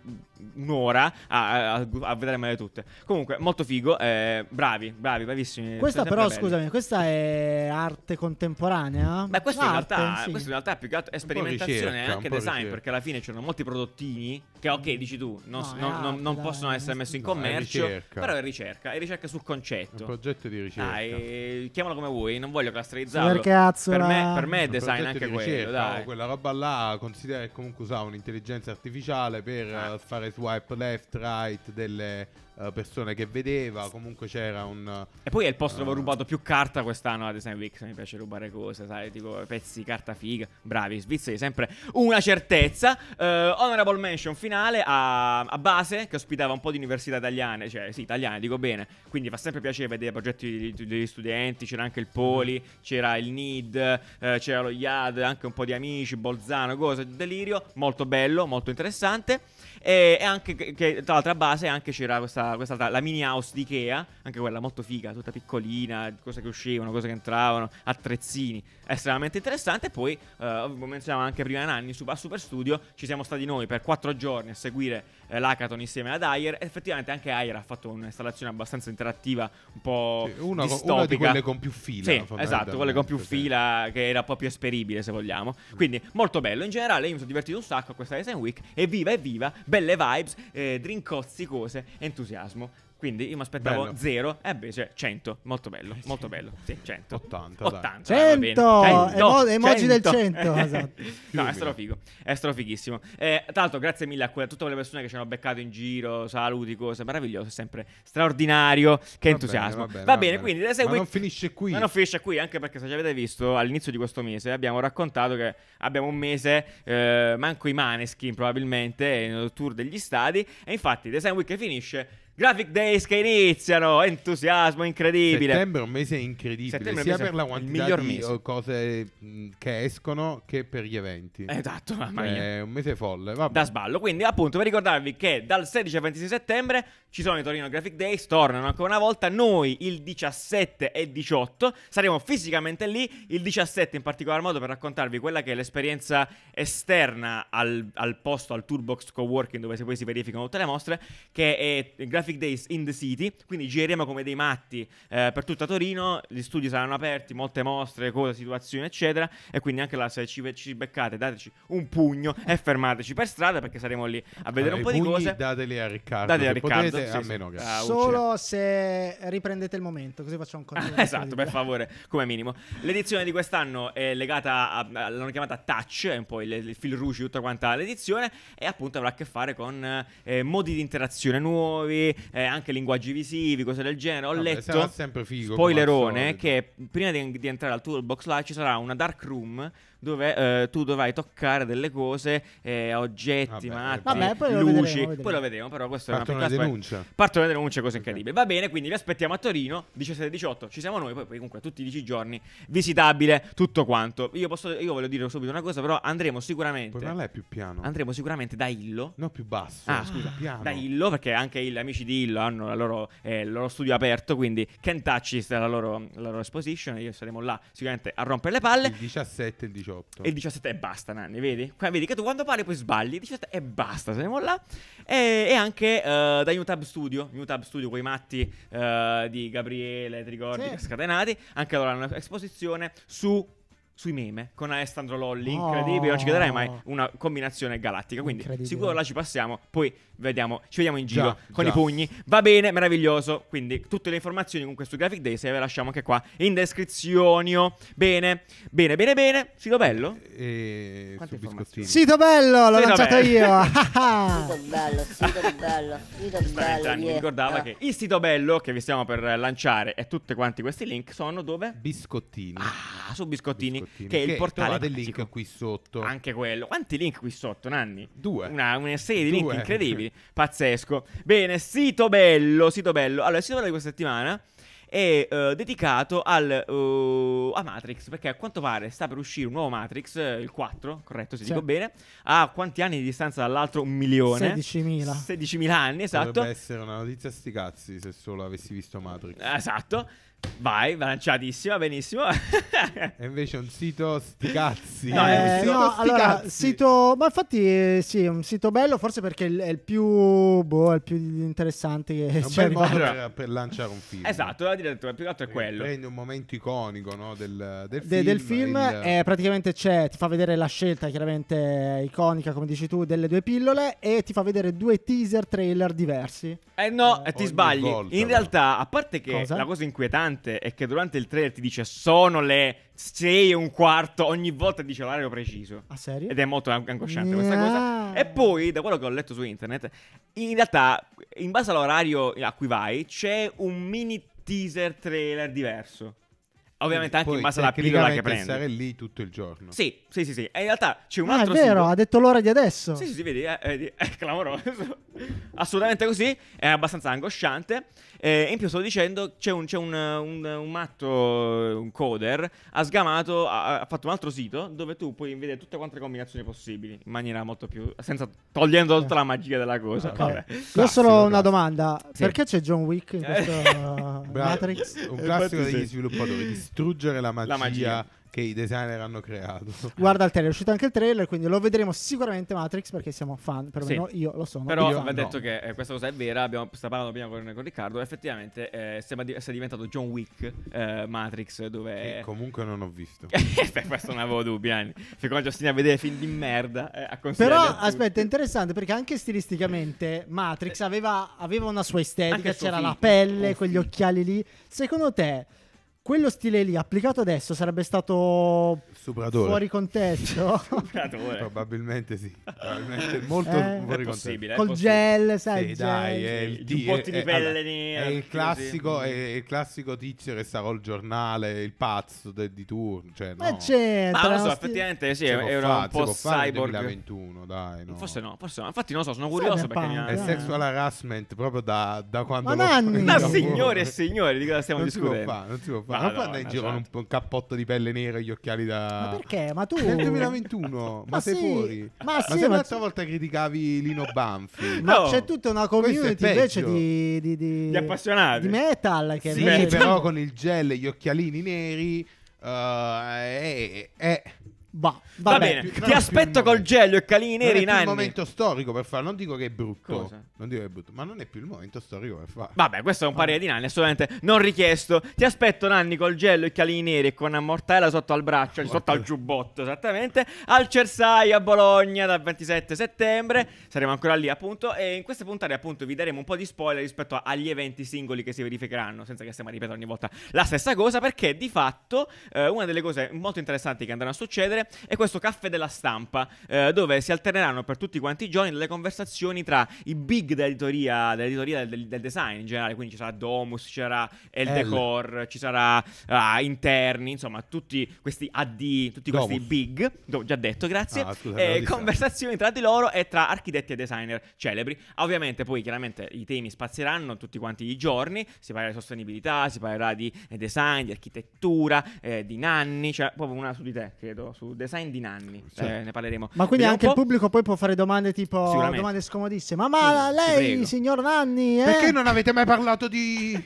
Speaker 3: un'ora a, a, a vedere male tutte. Comunque, molto figo. eh, bravi, bravi, bravissimi.
Speaker 1: Questa
Speaker 3: siete sempre
Speaker 1: però,
Speaker 3: belli.
Speaker 1: scusami, questa è arte contemporanea?
Speaker 3: Beh, questo in,
Speaker 1: Arte,
Speaker 3: realtà,
Speaker 1: sì.
Speaker 3: questo in realtà è più che altro è sperimentazione
Speaker 2: ricerca,
Speaker 3: e
Speaker 2: un
Speaker 3: anche
Speaker 2: po'
Speaker 3: design,
Speaker 2: ricerca.
Speaker 3: perché alla fine c'erano molti prodottini che, ok, dici tu, non,
Speaker 1: No,
Speaker 3: s-
Speaker 1: è eh,
Speaker 3: non- non-
Speaker 1: arte,
Speaker 3: non
Speaker 1: dai,
Speaker 3: possono essere
Speaker 1: no.
Speaker 3: messi in
Speaker 2: No, è
Speaker 3: commercio,
Speaker 2: ricerca.
Speaker 3: però è ricerca, è ricerca sul
Speaker 2: Un
Speaker 3: concetto.
Speaker 2: progetto di ricerca.
Speaker 3: Dai, chiamalo come vuoi, non voglio clusterizzarlo.
Speaker 1: Signor Cazzola.
Speaker 3: per, me, per me è
Speaker 2: Un
Speaker 3: design
Speaker 2: progetto
Speaker 3: anche
Speaker 2: di
Speaker 3: quello,
Speaker 2: ricerca,
Speaker 3: dai.
Speaker 2: o Quella roba là considera che comunque usava un'intelligenza artificiale per
Speaker 3: Ah.
Speaker 2: eh, fare swipe left, right delle eh, persone che vedeva, comunque c'era un...
Speaker 3: E poi è il posto dove ho
Speaker 2: Ah.
Speaker 3: rubato più carta quest'anno a Design Week. se Mi piace rubare cose, sai, tipo pezzi di carta figa. Bravi, svizzeri, sempre una certezza. Eh, honorable mention finale a, a Base, che ospitava un po' di università italiane, cioè sì, italiane, dico bene. Quindi fa sempre piacere vedere progetti di- degli studenti. C'era anche il Poli, c'era il NID, eh, c'era lo IAD, anche un po' di amici, Bolzano, cose, delirio. Molto bello, molto interessante. E, e anche che, che, tra l'altra base anche c'era questa, questa altra- la mini house di Ikea, anche quella molto figa, tutta piccolina, cose che uscivano, cose che entravano, attrezzini, estremamente interessante. E poi, eh, come menzionavo anche prima Nanni, su, a Super Studio ci siamo stati noi per quattro giorni a seguire eh, l'hackathon insieme ad Ayer. E effettivamente anche Ayer ha fatto un'installazione abbastanza interattiva, un po'
Speaker 2: Sì, una, co-
Speaker 3: Oh, distopica.
Speaker 2: una di quelle con più fila.
Speaker 3: Sì, esatto, quelle con più
Speaker 2: fondamentalmente, sì.
Speaker 3: fila che era un po' più esperibile se vogliamo. Quindi molto bello, in generale io mi sono divertito un sacco a questa Design Week, evviva evviva, belle vibes, eh, drincozzi, cose, entusiasmo. Quindi io mi aspettavo
Speaker 2: Bello.
Speaker 3: zero e invece 100, molto bello, molto bello. Sì, 100.
Speaker 2: 80, dai.
Speaker 3: 80, va bene.
Speaker 1: 100,
Speaker 3: 100,
Speaker 1: emo- emoji del
Speaker 3: 100.
Speaker 1: 100, esatto.
Speaker 3: no, è
Speaker 2: Fiumi.
Speaker 3: stato figo, è stato fighissimo. Eh, tra l'altro grazie mille a, que- a tutte quelle persone che ci hanno beccato in giro, saluti, cose, meraviglioso, è sempre straordinario,
Speaker 2: Va
Speaker 3: che entusiasmo. Va
Speaker 2: bene,
Speaker 3: bene,
Speaker 2: va bene, va bene.
Speaker 3: quindi Design
Speaker 2: Ma
Speaker 3: Week
Speaker 2: non finisce qui.
Speaker 3: ma non finisce qui, anche perché se ci avete visto all'inizio di questo mese abbiamo raccontato che abbiamo un mese, eh, manco i maneskin probabilmente, eh, nel tour degli stadi. E infatti Design Week che finisce, Graphic Days che iniziano, entusiasmo incredibile.
Speaker 2: Settembre è un mese incredibile,
Speaker 3: Settembre è un
Speaker 2: sia
Speaker 3: mese-
Speaker 2: per la
Speaker 3: il
Speaker 2: quantità
Speaker 3: miglior
Speaker 2: di
Speaker 3: mese.
Speaker 2: eh, cose mh, che escono che per gli eventi. Cioè,
Speaker 3: Esatto, mamma mia.
Speaker 2: è un mese folle. Vabbè.
Speaker 3: da sballo. Quindi, appunto, per ricordarvi che dal 16 al 26 settembre ci sono i Torino Graphic Days, tornano ancora una volta. Noi il 17 e 18 saremo fisicamente lì. Il 17, in particolar modo, per raccontarvi quella che è l'esperienza esterna al, al posto, al Toolbox Coworking, dove poi si verificano tutte le mostre, che è Graphic Days in the City. Quindi gireremo come dei matti eh, per tutta Torino. Gli studi saranno aperti, molte mostre, cose, situazioni, eccetera. E quindi anche là, se ci, ci beccate, dateci un pugno e fermateci per strada perché saremo lì a
Speaker 2: Allora,
Speaker 3: vedere un po'
Speaker 2: i
Speaker 3: di
Speaker 2: pugni
Speaker 3: cose.
Speaker 2: Dateli a Riccardo.
Speaker 3: Dateli
Speaker 2: se
Speaker 3: a Riccardo,
Speaker 2: Potete,
Speaker 3: sì,
Speaker 2: a
Speaker 3: sì.
Speaker 2: meno che.
Speaker 3: Ah,
Speaker 1: Solo se riprendete il momento, così facciamo un
Speaker 3: Ah,
Speaker 1: conto.
Speaker 3: esatto, per favore, come minimo. L'edizione di quest'anno è legata a- all'hanno chiamata Touch, è un po' il, il fil rouge di tutta quanta l'edizione, e appunto avrà a che fare con eh, modi di interazione nuovi, eh, anche linguaggi visivi, cose del genere. Ho
Speaker 2: Vabbè, sarà
Speaker 3: letto,
Speaker 2: sempre figo, come
Speaker 3: spoilerone,
Speaker 2: al solito.
Speaker 3: che prima di, di entrare al toolbox là ci sarà una dark room dove eh, tu dovrai toccare delle cose, eh,
Speaker 2: Vabbè,
Speaker 3: oggetti, matti,
Speaker 1: vabbè, poi lo
Speaker 3: luci,
Speaker 1: vedremo, lo vedremo.
Speaker 3: poi lo vedremo, però questo è
Speaker 2: Partono
Speaker 3: una
Speaker 2: le
Speaker 3: piccola spoiler.
Speaker 2: denunce. Esatto.
Speaker 3: Partono le denunce, cose
Speaker 2: Ok.
Speaker 3: incredibili. Va bene, quindi vi aspettiamo a Torino, 17-18, ci siamo noi, poi, poi comunque tutti i 10 giorni, visitabile, tutto quanto. Io, posso, io voglio dire subito una cosa, però andremo
Speaker 2: Poi
Speaker 3: sicuramente,
Speaker 2: non è più piano.
Speaker 3: andremo sicuramente da Illo.
Speaker 2: No, più basso.
Speaker 3: Ah, scusa,
Speaker 2: piano.
Speaker 3: da Illo, perché anche gli amici di Illo hanno la loro, eh, il loro studio aperto, quindi Kentucky sarà la loro, la loro exposition, e io saremo là sicuramente a rompere le palle.
Speaker 2: Il 17 e il
Speaker 1: Esatto.
Speaker 2: 18.
Speaker 3: E il 17 e basta, Nanni, vedi? Qua vedi che tu quando parli poi sbagli. Il 17 e basta, siamo là. E, e anche eh, da New Tab Studio, New Tab Studio, quei matti eh, di Gabriele, ti ricordi,
Speaker 1: Sì.
Speaker 3: scatenati. Anche loro hanno un'esposizione su, sui meme con Alessandro Lolli,
Speaker 1: Oh.
Speaker 3: incredibile. Non ci vedrai mai una combinazione galattica. Quindi,
Speaker 1: Incredibile.
Speaker 3: sicuro là ci passiamo. Poi vediamo, ci vediamo in giro
Speaker 2: Già,
Speaker 3: con
Speaker 2: già.
Speaker 3: i pugni. Va bene, meraviglioso. Quindi, tutte le informazioni comunque su Graphic Day se ve le lasciamo anche qua in descrizione. Bene, bene, bene, bene. Sito bello?
Speaker 2: E
Speaker 3: Quante
Speaker 2: su biscottini.
Speaker 3: informazioni?
Speaker 1: Sito bello, l'ho
Speaker 3: Sito
Speaker 1: lanciato
Speaker 3: bello.
Speaker 1: io. Ah.
Speaker 4: Sito bello, sito bello, sito
Speaker 3: Giustamente
Speaker 4: bello.
Speaker 3: Anni mi
Speaker 4: yeah.
Speaker 3: ricordava
Speaker 4: Ah.
Speaker 3: che il sito bello che vi stiamo per eh, lanciare e tutti quanti questi link sono dove?
Speaker 2: Biscottini.
Speaker 3: Ah, su Biscottini,
Speaker 2: Biscottini,
Speaker 3: che è il portale
Speaker 2: trovate il
Speaker 3: magico.
Speaker 2: link qui sotto.
Speaker 3: Anche quello. Quanti link qui sotto, Nanni?
Speaker 2: Due.
Speaker 3: Una, una serie di link
Speaker 2: Due.
Speaker 3: incredibili. Pazzesco. Bene, sito bello, sito bello. Allora, il sito bello di questa settimana è eh, dedicato al, eh, a Matrix, perché a quanto pare sta per uscire un nuovo Matrix, eh, il 4, corretto se
Speaker 1: Sì.
Speaker 3: dico bene, a quanti anni di distanza dall'altro? Un milione.
Speaker 1: 16.000.
Speaker 3: 16.000 anni, esatto.
Speaker 2: Dovrebbe essere una notizia sti cazzi se solo avessi visto Matrix.
Speaker 3: Esatto. Vai, va lanciatissima, benissimo.
Speaker 2: E invece un sito sti cazzi.
Speaker 3: No, è un
Speaker 1: Eh,
Speaker 2: Un
Speaker 1: no,
Speaker 2: sti
Speaker 1: allora,
Speaker 2: cazzi.
Speaker 1: sito, ma infatti eh, sì, è un sito bello, forse perché è il- è il più, boh, è il più interessante che
Speaker 2: È un
Speaker 1: c'è
Speaker 2: bel modo
Speaker 1: arrivato.
Speaker 2: per, per lanciare un film.
Speaker 3: esatto, l'ho detto, più che altro è
Speaker 2: Perché
Speaker 3: quello.
Speaker 2: Prende un momento iconico no, del, del
Speaker 1: De-
Speaker 2: film.
Speaker 1: del film
Speaker 2: il-
Speaker 1: eh, praticamente c'è, ti fa vedere la scelta chiaramente iconica, come dici tu, delle due pillole e ti fa vedere due teaser trailer diversi.
Speaker 3: Eh no, eh, ti
Speaker 2: Ogni
Speaker 3: sbagli.
Speaker 2: volta,
Speaker 3: In
Speaker 2: però.
Speaker 3: realtà, a parte che
Speaker 1: Cosa?
Speaker 3: la cosa importante è che durante il trailer ti dice sono le 6 e un quarto, ogni volta dice l'orario preciso.
Speaker 1: A serio?
Speaker 3: Ed è molto ang- angosciante questa
Speaker 1: Ah.
Speaker 3: cosa. E poi, da quello che ho letto su internet, in realtà, in base all'orario a cui vai, c'è un mini teaser trailer diverso. Ovviamente anche
Speaker 2: Poi,
Speaker 3: in base alla pillola che
Speaker 2: tecnicamente
Speaker 3: prendi.
Speaker 2: stare lì tutto il giorno.
Speaker 3: Sì, sì, sì, sì. E in realtà c'è un
Speaker 1: Ah, è
Speaker 3: altro
Speaker 1: vero,
Speaker 3: sito-
Speaker 1: ha detto l'ora di
Speaker 2: Esatto.
Speaker 1: adesso.
Speaker 3: sì, sì, sì, vedi, eh, vedi, è, clamoroso. Assolutamente così, è abbastanza angosciante. Eh, in più stavo dicendo, c'è un, c'è un, un- un matto, un coder, ha sgamato, ha, ha fatto un altro sito dove tu puoi vedere tutte quante le combinazioni possibili, in maniera molto più... senza togliendo tutta la magia della cosa.
Speaker 1: Ok.
Speaker 3: Vabbè.
Speaker 1: Io ho
Speaker 2: Classico,
Speaker 1: solo una
Speaker 2: classico.
Speaker 1: domanda.
Speaker 3: Sì. Eh.
Speaker 1: Perché c'è John Wick in questo uh,
Speaker 2: Bravo.
Speaker 1: Matrix?
Speaker 2: Un classico
Speaker 3: Infatti sì.
Speaker 2: degli sviluppatori, distruggere la magia,
Speaker 3: La magia.
Speaker 2: che i designer hanno creato.
Speaker 1: Guarda il trailer, è uscito anche il trailer, quindi lo vedremo sicuramente Matrix perché siamo fan, perlomeno
Speaker 3: Sì.
Speaker 1: io lo sono.
Speaker 3: Però
Speaker 2: io
Speaker 3: va
Speaker 2: no.
Speaker 3: detto che eh, questa cosa è vera, abbiamo sta parlando prima con, con Riccardo, effettivamente eh, sembra di- sia diventato John Wick eh, Matrix
Speaker 2: Che
Speaker 3: dove...
Speaker 2: comunque non ho visto.
Speaker 3: per questo non avevo dubbi, anni. Fico Giustini a vedere film di merda. eh, a consigliare
Speaker 1: Però
Speaker 3: a tutti.
Speaker 1: aspetta, è interessante perché anche stilisticamente Matrix aveva, aveva una sua
Speaker 3: Eh.
Speaker 1: estetica,
Speaker 3: Anche il suo oh,
Speaker 1: c'era la
Speaker 3: film,
Speaker 1: pelle,
Speaker 3: un
Speaker 1: quegli
Speaker 3: film.
Speaker 1: occhiali lì. Secondo te quello stile lì applicato adesso sarebbe stato
Speaker 2: Stupratore.
Speaker 1: fuori contesto?
Speaker 3: Operatore.
Speaker 2: Probabilmente sì. Probabilmente molto
Speaker 1: Eh.
Speaker 2: fuori
Speaker 3: È
Speaker 2: contesto.
Speaker 3: possibile.
Speaker 1: Col
Speaker 3: posso-
Speaker 1: gel, sai,
Speaker 2: Sì,
Speaker 1: il
Speaker 2: dai,
Speaker 1: gel.
Speaker 2: è il
Speaker 3: Sì, giubbotti
Speaker 2: è-
Speaker 3: di
Speaker 2: è-
Speaker 3: pelle
Speaker 2: allora,
Speaker 3: nera,
Speaker 2: è il
Speaker 3: così.
Speaker 2: classico, è, è il classico tizio che sarà il giornale, il pazzo de- di turno. Cioè,
Speaker 1: Ma
Speaker 2: no.
Speaker 1: c'entra.
Speaker 3: Ma non lo so,
Speaker 1: sti-
Speaker 3: effettivamente
Speaker 2: Si
Speaker 3: sì, era
Speaker 2: Cioè, può
Speaker 3: era
Speaker 2: fare, si
Speaker 3: un po'
Speaker 2: può fare nel
Speaker 3: cyborg.
Speaker 2: 2021, dai, no.
Speaker 3: Forse no, forse no. Infatti non so, sono
Speaker 1: Sai,
Speaker 3: curioso
Speaker 1: ne
Speaker 3: perché mi
Speaker 1: parla.
Speaker 3: ha...
Speaker 2: È sexual harassment proprio da, da quando...
Speaker 1: Ah. Ma
Speaker 2: lo-
Speaker 1: da anni!
Speaker 3: Ma
Speaker 1: No.
Speaker 3: signore e signore, di cosa stiamo
Speaker 2: non si può
Speaker 3: discutendo?
Speaker 2: fare, non si può fare. Non
Speaker 3: Madonna,
Speaker 2: prende in giro
Speaker 3: certo.
Speaker 2: con un, po- un cappotto di pelle nera e gli occhiali da...
Speaker 1: Ma perché? Ma tu...
Speaker 2: Nel 2021, ma,
Speaker 1: Ma
Speaker 2: sei
Speaker 1: sì,
Speaker 2: fuori.
Speaker 1: ma sì,
Speaker 2: se
Speaker 1: ma-
Speaker 2: l'altra volta criticavi Lino Banfi.
Speaker 1: Ma
Speaker 3: No.
Speaker 1: c'è tutta una
Speaker 2: Questo è
Speaker 1: community
Speaker 2: peggio.
Speaker 1: invece di, di, di,
Speaker 3: Di appassionati.
Speaker 1: di metal che
Speaker 3: Sì,
Speaker 2: Sì,
Speaker 1: invece-
Speaker 2: però con il gel e gli occhialini neri. eh, è, è-
Speaker 1: Bah,
Speaker 3: Va
Speaker 1: vabbè.
Speaker 3: bene,
Speaker 2: più- no,
Speaker 3: ti
Speaker 2: più
Speaker 3: aspetto
Speaker 2: il
Speaker 3: col
Speaker 2: momento.
Speaker 3: gello e calini
Speaker 2: non è
Speaker 3: neri in
Speaker 2: più il
Speaker 3: anni.
Speaker 2: momento storico per farlo. Non dico che è brutto,
Speaker 3: Cosa?
Speaker 2: non dico che è brutto, ma non è più il momento storico per farlo.
Speaker 3: Vabbè, Ah. questo è un parere di Nanni, assolutamente non richiesto. Ti aspetto, Nanni, col gello e calini neri e con una mortella sotto al braccio, cioè sotto al giubbotto, esattamente, al Cersai a Bologna dal 27 settembre. Saremo ancora lì, appunto. E in queste puntate, appunto, vi daremo un po' di spoiler rispetto agli eventi singoli che si verificheranno, senza che stiamo a ripetere ogni volta la stessa cosa, perché di fatto eh, una delle cose molto interessanti che andranno a succedere è questo caffè della stampa, eh, dove si alterneranno per tutti quanti i giorni delle conversazioni tra i big dell'editoria, dell'editoria del, del design in generale, quindi ci sarà Domus, ci sarà El
Speaker 2: El.
Speaker 3: Decor, ci sarà ah, Interni, insomma tutti questi AD, tutti questi
Speaker 2: Domus.
Speaker 3: big, do- già detto, grazie,
Speaker 2: Ah, scusa,
Speaker 3: eh,
Speaker 2: avevo detto.
Speaker 3: conversazioni tra di loro e tra architetti e designer celebri. Ah, Ovviamente poi chiaramente i temi spazieranno tutti quanti i giorni, si parlerà di sostenibilità, si parlerà di eh, design, di architettura, eh, di nanni, cioè proprio una su di te, credo, su design di nanni,
Speaker 2: Sì.
Speaker 3: Eh, ne parleremo.
Speaker 1: Ma quindi
Speaker 3: vediamo
Speaker 1: anche
Speaker 3: un
Speaker 1: il
Speaker 3: po'.
Speaker 1: pubblico poi può fare domande tipo
Speaker 3: Sicuramente.
Speaker 1: domande scomodissime. Ma, ma
Speaker 3: Sì, ti prego.
Speaker 1: lei, signor Nanni, eh?
Speaker 2: Perché non avete mai parlato di.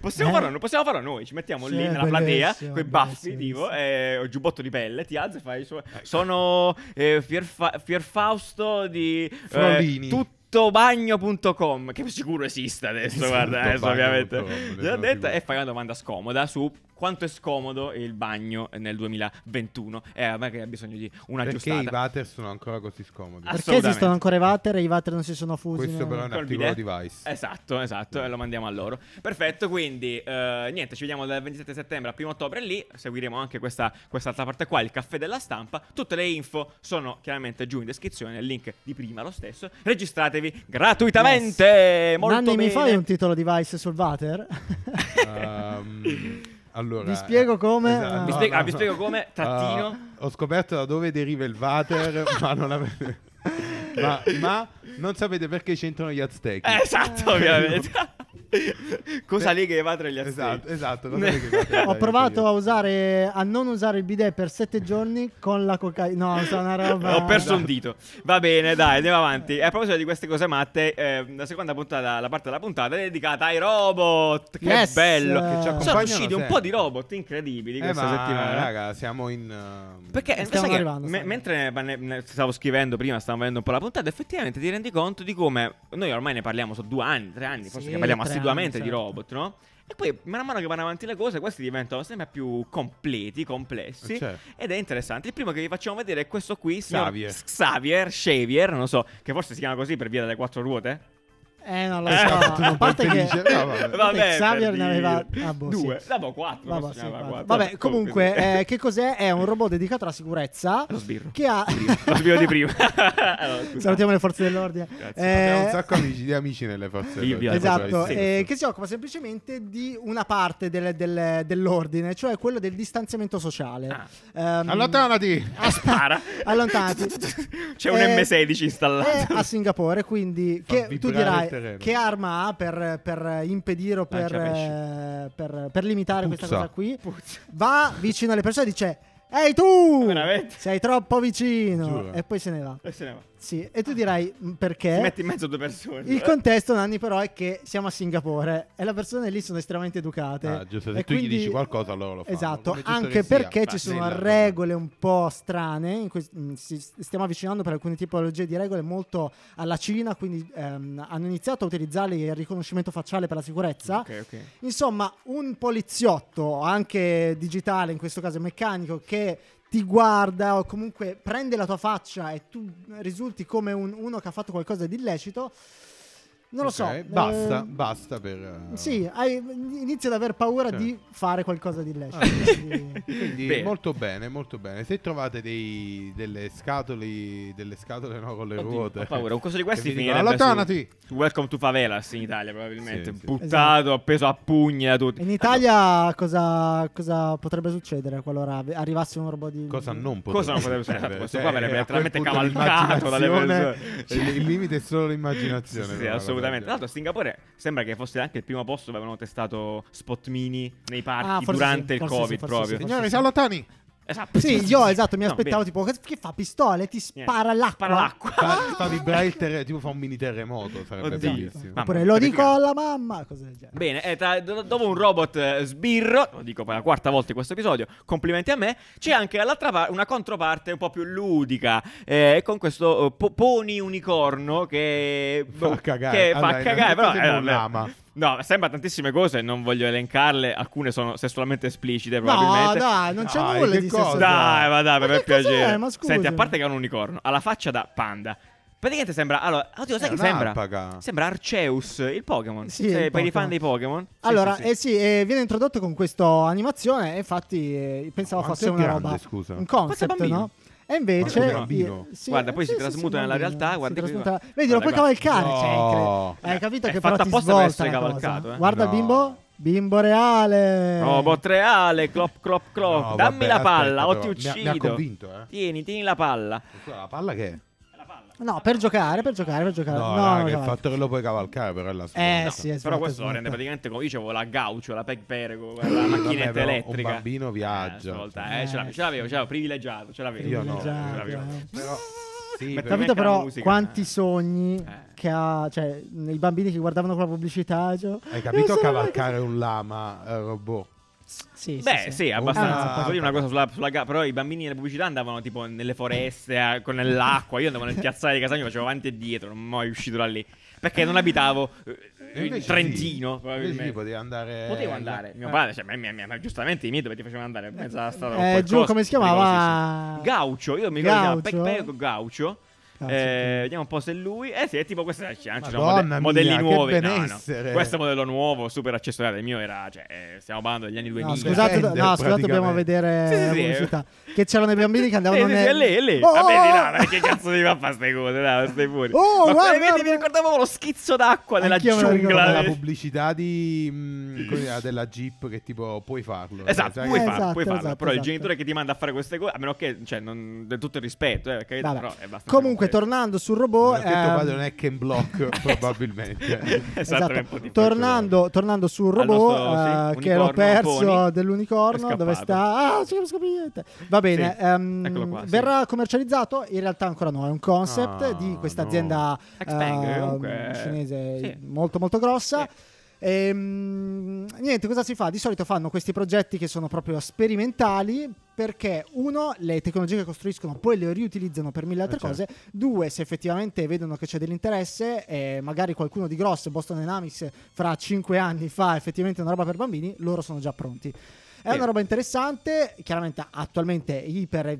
Speaker 3: Possiamo,
Speaker 1: Eh?
Speaker 3: farlo, noi- possiamo farlo noi, ci mettiamo
Speaker 1: Sì,
Speaker 3: lì
Speaker 1: è
Speaker 3: nella platea,
Speaker 1: bellissimo,
Speaker 3: coi baffi,
Speaker 1: bellissimo,
Speaker 3: tipo,
Speaker 1: bellissimo.
Speaker 3: eh, o giubbotto di pelle, ti alzi e fai... su-
Speaker 1: Ecco.
Speaker 3: Sono eh, Fierfa- Fierfausto di... eh,
Speaker 2: Frolini.
Speaker 3: tuttobagno.com che sicuro esiste adesso,
Speaker 2: Esatto,
Speaker 3: guarda, adesso
Speaker 2: bagno
Speaker 3: ovviamente.
Speaker 2: punto com, esatto, adesso
Speaker 3: Già
Speaker 2: non
Speaker 3: detto,
Speaker 2: sicuro.
Speaker 3: e fai una domanda scomoda su quanto è scomodo il bagno nel 2021 e a me che ha bisogno di una
Speaker 2: Perché i
Speaker 3: giustata. Ah,
Speaker 2: water sono ancora così scomodi.
Speaker 1: Perché
Speaker 3: Ass-
Speaker 1: esistono
Speaker 3: Assolutamente.
Speaker 1: ancora i water e i water non si sono fusi? eh?
Speaker 2: Questo
Speaker 1: nel-
Speaker 2: però è un
Speaker 3: Col
Speaker 2: articolo di
Speaker 3: bidet?
Speaker 2: Vice.
Speaker 3: Esatto, esatto, e lo mandiamo a loro. Perfetto, quindi eh, niente, ci vediamo dal 27 settembre al 1 ottobre lì, seguiremo anche questa quest'altra parte qua, il caffè della stampa. Tutte le info sono chiaramente giù in descrizione, il link di prima lo stesso. Registratevi gratuitamente. Molto
Speaker 1: Nanni, mi
Speaker 3: bene.
Speaker 1: fai un titolo di Vice sul water?
Speaker 2: Ehm, allora,
Speaker 1: Vi spiego come-
Speaker 2: esatto.
Speaker 1: Vi
Speaker 3: spiego- ah, vi spiego come, trattino.
Speaker 2: Ah, ho scoperto da dove deriva il water, ma non avete. ma, ma non sapete perché c'entrano gli aztechi.
Speaker 3: Eh, Esatto, ovviamente. Cosa lì che va tra gli astri.
Speaker 2: Esatto, esatto. cosa avete fatto? Dai,
Speaker 1: Ho
Speaker 2: dai,
Speaker 1: provato
Speaker 2: dai.
Speaker 1: a usare a non usare il bidet per sette giorni con la cocaina. No, sono una roba.
Speaker 3: Ho perso un dito. Va bene, dai, andiamo avanti. E a proposito di queste cose matte, eh, la seconda puntata, la parte della puntata è dedicata ai robot. Che
Speaker 1: Yes!
Speaker 3: bello!
Speaker 1: Che ci
Speaker 3: Sono
Speaker 2: accompagnano
Speaker 3: usciti un
Speaker 2: sempre.
Speaker 3: po' di robot incredibili
Speaker 2: Eh,
Speaker 3: questa
Speaker 2: ma,
Speaker 3: settimana.
Speaker 2: raga, siamo in. ehm,
Speaker 3: Perché
Speaker 1: Stiamo
Speaker 3: sai che
Speaker 1: arrivando,
Speaker 3: me-
Speaker 1: stiamo
Speaker 3: mentre ma ne- ne- stavo scrivendo prima, stavo vedendo un po' la puntata, effettivamente ti rendi conto di come noi ormai ne parliamo, so due anni, tre anni, forse
Speaker 1: Sì,
Speaker 3: ne parliamo
Speaker 1: tre
Speaker 3: assiduamente
Speaker 1: anni,
Speaker 3: di
Speaker 1: certo.
Speaker 3: robot, no? E poi man mano che vanno avanti le cose, questi diventano sempre più completi, complessi.
Speaker 2: Certo.
Speaker 3: Ed è interessante. Il primo che vi facciamo vedere è questo qui, signor
Speaker 2: Xavier.
Speaker 3: Xavier, Xavier, non so, che forse si chiama così per via delle quattro ruote.
Speaker 1: Eh, non lo
Speaker 3: Eh,
Speaker 1: so.
Speaker 2: tu non
Speaker 1: A parte che
Speaker 2: preferisci- no, vabbè.
Speaker 1: Xavier
Speaker 3: per
Speaker 1: ne aveva
Speaker 3: dire.
Speaker 1: ah, boh, sì.
Speaker 3: due, dopo quattro.
Speaker 1: Vabbè,
Speaker 3: non
Speaker 1: sì,
Speaker 3: si chiamava
Speaker 1: vabbè.
Speaker 3: quattro.
Speaker 1: Vabbè, comunque, eh, che cos'è? È un robot dedicato alla sicurezza
Speaker 3: Lo sbirro.
Speaker 1: che ha...
Speaker 3: Lo sbirro di prima. Allora, scusa.
Speaker 1: Salutiamo le forze dell'ordine.
Speaker 3: Esatto. Grazie.
Speaker 2: Abbiamo
Speaker 1: Eh,
Speaker 2: un sacco amici- di amici nelle forze
Speaker 3: Io vi
Speaker 2: dell'ordine.
Speaker 3: adoro.
Speaker 1: Esatto,
Speaker 3: cioè, Sì.
Speaker 1: eh, che si occupa semplicemente di una parte del- del- dell'ordine, cioè quello del distanziamento sociale.
Speaker 3: Ah.
Speaker 1: Ehm,
Speaker 2: Allontanati!
Speaker 3: Ah, spara.
Speaker 1: Allontanati.
Speaker 3: C'è un
Speaker 1: Eh, ah,
Speaker 3: M16
Speaker 1: È
Speaker 3: installato.
Speaker 1: a Singapore, quindi
Speaker 2: Fa
Speaker 1: che, tu
Speaker 2: vibrare il
Speaker 1: dirai
Speaker 2: terreno.
Speaker 1: che arma ha per, per impedire o per,
Speaker 3: Lanciapesci.
Speaker 1: eh, per- per limitare questa
Speaker 2: Puzza.
Speaker 1: cosa qui?
Speaker 3: Puzza.
Speaker 1: Va vicino alle persone e dice: Ehi tu!
Speaker 3: Veramente?
Speaker 1: Sei troppo vicino!
Speaker 2: Giuro.
Speaker 1: E poi se ne va.
Speaker 3: E se ne va.
Speaker 1: Sì, e tu dirai "M,
Speaker 3: Si
Speaker 1: perché?
Speaker 3: mette in mezzo due persone.
Speaker 1: Eh? Il contesto, Nanni, però, è che siamo a Singapore e le persone lì sono estremamente educate.
Speaker 2: Ah, giusto, se
Speaker 1: E
Speaker 2: tu gli
Speaker 1: quindi-
Speaker 2: dici qualcosa, loro lo fanno,
Speaker 1: Esatto,
Speaker 2: come giusto
Speaker 1: anche
Speaker 2: che sia.
Speaker 1: perché
Speaker 2: Ma
Speaker 1: ci sono
Speaker 2: nella-
Speaker 1: regole un po' strane. in cui, mh, si- stiamo avvicinando per alcune tipologie di regole molto alla Cina, quindi ehm, hanno iniziato a utilizzare il riconoscimento facciale per la sicurezza.
Speaker 3: Ok, ok.
Speaker 1: Insomma, un poliziotto, anche digitale, in questo caso meccanico, che ti guarda o comunque prende la tua faccia e tu risulti come un- uno che ha fatto qualcosa di illecito. Non lo
Speaker 2: Ok,
Speaker 1: so.
Speaker 2: Basta,
Speaker 1: eh,
Speaker 2: basta per... eh,
Speaker 1: Sì, hai- inizi ad aver paura
Speaker 2: Sì.
Speaker 1: di fare qualcosa di illecito. quindi-
Speaker 2: Quindi
Speaker 3: Bene.
Speaker 2: molto bene, molto bene. Se trovate dei, delle scatole, delle scatole no, con le
Speaker 3: Oddio,
Speaker 2: ruote,
Speaker 3: Ho paura, un coso di
Speaker 2: che
Speaker 3: questi
Speaker 2: vi dicono,
Speaker 3: finirebbe su,
Speaker 2: allontanati!
Speaker 3: su Welcome to Favelas in Italia probabilmente.
Speaker 2: Sì, sì.
Speaker 3: Buttato, appeso a pugni da tutti.
Speaker 1: In Italia cosa, cosa potrebbe succedere qualora av- arrivasse un robot di...
Speaker 2: Cosa non potrebbe
Speaker 3: Cosa non potrebbe succedere? Questo qua verrebbe
Speaker 2: eh, a quel
Speaker 3: letteralmente
Speaker 2: punto
Speaker 3: cavalcato dalle
Speaker 2: l'immaginazione-
Speaker 3: persone.
Speaker 2: Il limite è solo l'immaginazione.
Speaker 3: Sì, sì,
Speaker 2: però,
Speaker 3: assolutamente. Tra
Speaker 2: guarda.
Speaker 3: l'altro, a Singapore sembra che fosse anche il primo posto dove avevano testato spot mini nei parchi
Speaker 1: Ah, forse
Speaker 3: durante
Speaker 1: sì,
Speaker 3: il
Speaker 1: forse
Speaker 3: Covid
Speaker 1: sì, forse
Speaker 3: proprio.
Speaker 1: sì.
Speaker 2: Signori, si allontani!
Speaker 3: Esatto.
Speaker 1: Sì, io esatto, mi
Speaker 3: No,
Speaker 1: aspettavo
Speaker 3: bene.
Speaker 1: tipo che che fa pistole, ti
Speaker 3: Niente.
Speaker 1: spara l'acqua.
Speaker 3: Spara l'acqua.
Speaker 2: Fa, fa vibrare il terreno, tipo fa un mini terremoto, sarebbe
Speaker 3: Oddio.
Speaker 2: bellissimo.
Speaker 3: Mamma,
Speaker 1: Oppure lo dico
Speaker 3: terrificante.
Speaker 1: alla mamma, cose del genere.
Speaker 3: Bene, eh, tra- do- dopo un robot eh, sbirro, lo dico per la quarta volta in questo episodio, complimenti a me, c'è anche dall'altra parte una controparte un po' più ludica, eh, con questo eh, po- poni unicorno che boh,
Speaker 2: Fa cagare.
Speaker 3: che fa
Speaker 2: Allora,
Speaker 3: cagare, però...
Speaker 2: innanzitutto sembra
Speaker 3: eh,
Speaker 2: un
Speaker 3: vabbè.
Speaker 2: lama.
Speaker 3: No, sembra tantissime cose, non voglio elencarle, alcune sono sessualmente esplicite
Speaker 1: No,
Speaker 3: probabilmente.
Speaker 1: dai, non c'è
Speaker 2: Dai,
Speaker 1: nulla
Speaker 2: che
Speaker 1: di
Speaker 2: cosa?
Speaker 1: sesso.
Speaker 3: Dai, ma dai,
Speaker 1: Ma
Speaker 3: per me
Speaker 1: che cos'è?
Speaker 3: piacere.
Speaker 1: Ma scusa.
Speaker 3: Senti, a parte che è un unicorno, ha la faccia da panda. Praticamente sembra. Allora, oddio, sai
Speaker 2: È
Speaker 3: che sembra?
Speaker 2: un'alpaca.
Speaker 3: Sembra Arceus, il Pokémon.
Speaker 1: Sì,
Speaker 3: Cioè,
Speaker 1: il
Speaker 3: per i
Speaker 1: Pokémon.
Speaker 3: fan dei Pokémon. Sì,
Speaker 1: Allora,
Speaker 3: sì, sì.
Speaker 1: eh sì, eh, viene introdotto con questa animazione e infatti eh, pensavo
Speaker 2: Quanto
Speaker 1: fosse
Speaker 2: è
Speaker 1: una
Speaker 2: grande,
Speaker 1: roba,
Speaker 2: scusa?
Speaker 1: un
Speaker 3: Quanto è
Speaker 1: concept,
Speaker 3: bambino?
Speaker 1: no? E invece... eh,
Speaker 2: Quanto è bambino?
Speaker 3: Guarda, poi si
Speaker 1: trasmuta
Speaker 3: trasmuta nella realtà, guarda qui, guarda.
Speaker 1: Vedi, lo puoi
Speaker 3: Guarda,
Speaker 1: cavalcare,
Speaker 2: guarda.
Speaker 1: cioè,
Speaker 2: No.
Speaker 1: incre- Hai capito
Speaker 3: È
Speaker 1: che
Speaker 3: fatto
Speaker 1: però ti
Speaker 3: apposta per
Speaker 1: svolta
Speaker 3: essere
Speaker 1: la cosa.
Speaker 3: cavalcato, eh.
Speaker 1: Guarda il
Speaker 2: No.
Speaker 1: bimbo, bimbo reale.
Speaker 3: Robot reale, clop, clop, clop.
Speaker 2: eh. No, vabbè,
Speaker 3: Dammi la
Speaker 2: aspetta,
Speaker 3: palla, o
Speaker 2: però,
Speaker 3: ti
Speaker 2: mi ha-
Speaker 3: uccido.
Speaker 2: Mi ha convinto, eh.
Speaker 3: Tieni, tieni la palla.
Speaker 2: La palla che è? Eh,
Speaker 1: No, per giocare, per giocare, per giocare.
Speaker 2: No,
Speaker 1: No,
Speaker 2: raga,
Speaker 1: no,
Speaker 2: il
Speaker 1: cavalca.
Speaker 2: fatto che lo puoi cavalcare, però è la
Speaker 1: Eh,
Speaker 2: seconda.
Speaker 1: sì, è
Speaker 3: Però
Speaker 1: svolta,
Speaker 3: questo lo
Speaker 1: svolta.
Speaker 3: rende praticamente come io dicevo la gaucho, la peg perego, la macchinetta
Speaker 2: però un
Speaker 3: elettrica.
Speaker 2: bambino viaggia.
Speaker 3: Eh, stavolta, eh, ce l'avevo, ce l'avevo, ce l'avevo, privilegiato, ce l'avevo.
Speaker 2: Io no.
Speaker 3: ce l'avevo.
Speaker 1: Privilegiato,
Speaker 2: Però, sì, però-
Speaker 3: Ma
Speaker 1: Capito
Speaker 3: mette la
Speaker 1: però
Speaker 3: musica.
Speaker 1: quanti sogni
Speaker 3: Eh.
Speaker 1: che ha, cioè, i bambini che guardavano quella pubblicità. cioè,
Speaker 2: hai
Speaker 1: "Io
Speaker 2: capito
Speaker 1: sono
Speaker 2: cavalcare un lama eh, robot?
Speaker 1: Mike". Sì,
Speaker 3: Beh, sì, abbastanza.
Speaker 1: Ah,
Speaker 3: Posso dire una cosa sulla, sulla ga- Però i bambini nelle pubblicità andavano tipo nelle foreste, a- con nell'acqua. Io andavo nel piazzale di Casagno, facevo avanti e dietro, non mai uscito da lì. Perché non abitavo eh,
Speaker 2: E invece
Speaker 3: in
Speaker 2: sì.
Speaker 3: Trentino, probabilmente.
Speaker 2: Invece sì, potevi Eh, andare.
Speaker 3: Potevo andare, mio padre, cioè, ma- ma- ma- ma giustamente i miei dove ti facevano andare, in mezzo alla strada. con
Speaker 1: Eh,
Speaker 3: quel
Speaker 1: giù,
Speaker 3: coso
Speaker 1: come si chiamava?
Speaker 3: pericolosissimo. Gaucho, io mi ricordo che si
Speaker 1: Gaucho?
Speaker 3: chiamava Pec Pec Gaucho.
Speaker 1: Cazzo,
Speaker 3: Eh, vediamo un po' se è lui. Eh sì, è tipo questa. Ci ci sono
Speaker 2: Madonna
Speaker 3: mode-
Speaker 2: mia,
Speaker 3: modelli
Speaker 2: che
Speaker 3: nuovi. No, no.
Speaker 2: benessere.
Speaker 3: Questo è un modello nuovo, super accessoriale. Il mio era. Cioè, eh, stiamo parlando degli anni 2000.
Speaker 1: No, scusate,
Speaker 2: Dipende,
Speaker 1: no, scusate, dobbiamo
Speaker 2: praticamente.
Speaker 1: vedere
Speaker 3: Sì, sì,
Speaker 1: la
Speaker 3: sì, eh.
Speaker 1: pubblicità. Che c'erano dei bambini che andavano
Speaker 3: Eh, sì, sì,
Speaker 1: nel-
Speaker 3: è lì, è lì.
Speaker 1: Oh,
Speaker 3: Vabbè, di là,
Speaker 1: oh,
Speaker 3: ma che cazzo di fa queste cose? Dai, ma stai fuori.
Speaker 1: Oh,
Speaker 3: ma
Speaker 1: guarda,
Speaker 3: veramente mi
Speaker 1: guarda.
Speaker 3: ricordavo lo schizzo d'acqua nella
Speaker 1: Anch'io me lo
Speaker 3: giungla. Eh,
Speaker 2: La pubblicità di mh, quella della Jeep che tipo puoi farlo.
Speaker 3: Esatto,
Speaker 2: Sai
Speaker 3: puoi
Speaker 2: che-
Speaker 1: Eh,
Speaker 3: farlo, puoi
Speaker 1: esatto,
Speaker 3: farlo. però il
Speaker 1: esatto.
Speaker 3: genitore che ti manda a fare queste cose, a meno che, cioè, non, del tutto il rispetto, eh, perché-
Speaker 1: Vabbè.
Speaker 3: però è abbastanza
Speaker 1: Comunque,
Speaker 3: complesso.
Speaker 1: tornando sul
Speaker 2: Non
Speaker 1: robot.
Speaker 2: ho detto padre
Speaker 1: ehm,
Speaker 2: un hack and block, probabilmente.
Speaker 3: esatto,
Speaker 1: esatto.
Speaker 3: è un po' difficile.
Speaker 1: tornando, tornando sul
Speaker 3: Al
Speaker 1: robot
Speaker 3: nostro, sì,
Speaker 1: eh, che l'ho
Speaker 3: unicorno,
Speaker 1: perso
Speaker 3: Pony. È
Speaker 1: dell'unicorno, dove
Speaker 3: scappato.
Speaker 1: sta? Ah, ci capisco più niente. Va bene,
Speaker 3: Sì,
Speaker 1: ehm,
Speaker 3: eccolo qua, sì.
Speaker 1: verrà commercializzato. In realtà, ancora no. È un concept
Speaker 2: Ah,
Speaker 1: di questa
Speaker 2: no.
Speaker 1: azienda
Speaker 3: Xpeng,
Speaker 1: ehm,
Speaker 3: comunque,
Speaker 1: cinese
Speaker 3: sì.
Speaker 1: molto, molto grossa.
Speaker 3: Sì.
Speaker 1: Ehm, niente, cosa si fa? Di solito fanno questi progetti che sono proprio sperimentali perché uno, le tecnologie che costruiscono poi le riutilizzano per mille altre
Speaker 2: Eh, certo.
Speaker 1: cose, due, se effettivamente vedono che c'è dell'interesse e magari qualcuno di grosso, Boston Dynamics, fra cinque anni fa effettivamente una roba per bambini, loro sono già pronti. È una roba interessante, chiaramente attualmente iper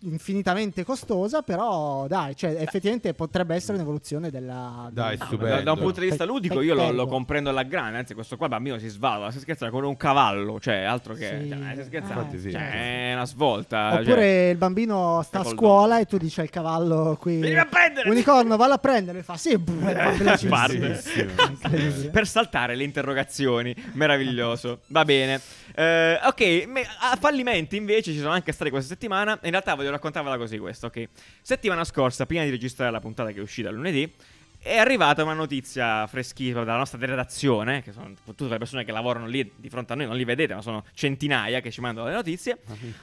Speaker 1: infinitamente costosa, però dai, cioè, effettivamente potrebbe essere un'evoluzione della...
Speaker 2: Dai,
Speaker 1: del-
Speaker 2: Ah,
Speaker 3: No,
Speaker 2: Stupendo.
Speaker 3: da, da un punto di vista
Speaker 1: Pe-
Speaker 3: ludico io lo,
Speaker 1: peccato.
Speaker 3: lo comprendo alla grana, anzi questo qua bambino si svalva, si scherza con un cavallo, cioè altro che...
Speaker 1: Sì.
Speaker 3: Cioè, si scherza,
Speaker 1: Ah,
Speaker 2: Infatti sì.
Speaker 3: cioè, è una
Speaker 2: Ah,
Speaker 3: svolta. cioè.
Speaker 1: Oppure il bambino sta a
Speaker 3: col
Speaker 1: scuola
Speaker 3: dono.
Speaker 1: e tu dici al cavallo qui...
Speaker 3: Vieni a prendere!
Speaker 1: Unicorno, valla a prendere! E fa sì,
Speaker 2: Eh,
Speaker 1: brr, fa velocissimo.
Speaker 3: Parte.
Speaker 1: Incredibile.
Speaker 3: Per saltare le interrogazioni, meraviglioso. Va bene. Eh, ok, me- a fallimenti invece ci sono anche stati questa settimana. In realtà voglio raccontarvela così questa, ok? Settimana scorsa, prima di registrare la puntata che è uscita lunedì, è arrivata una notizia freschissima dalla nostra redazione, che sono tutte le persone che lavorano lì di fronte a noi, non li vedete, ma sono centinaia che ci mandano le notizie.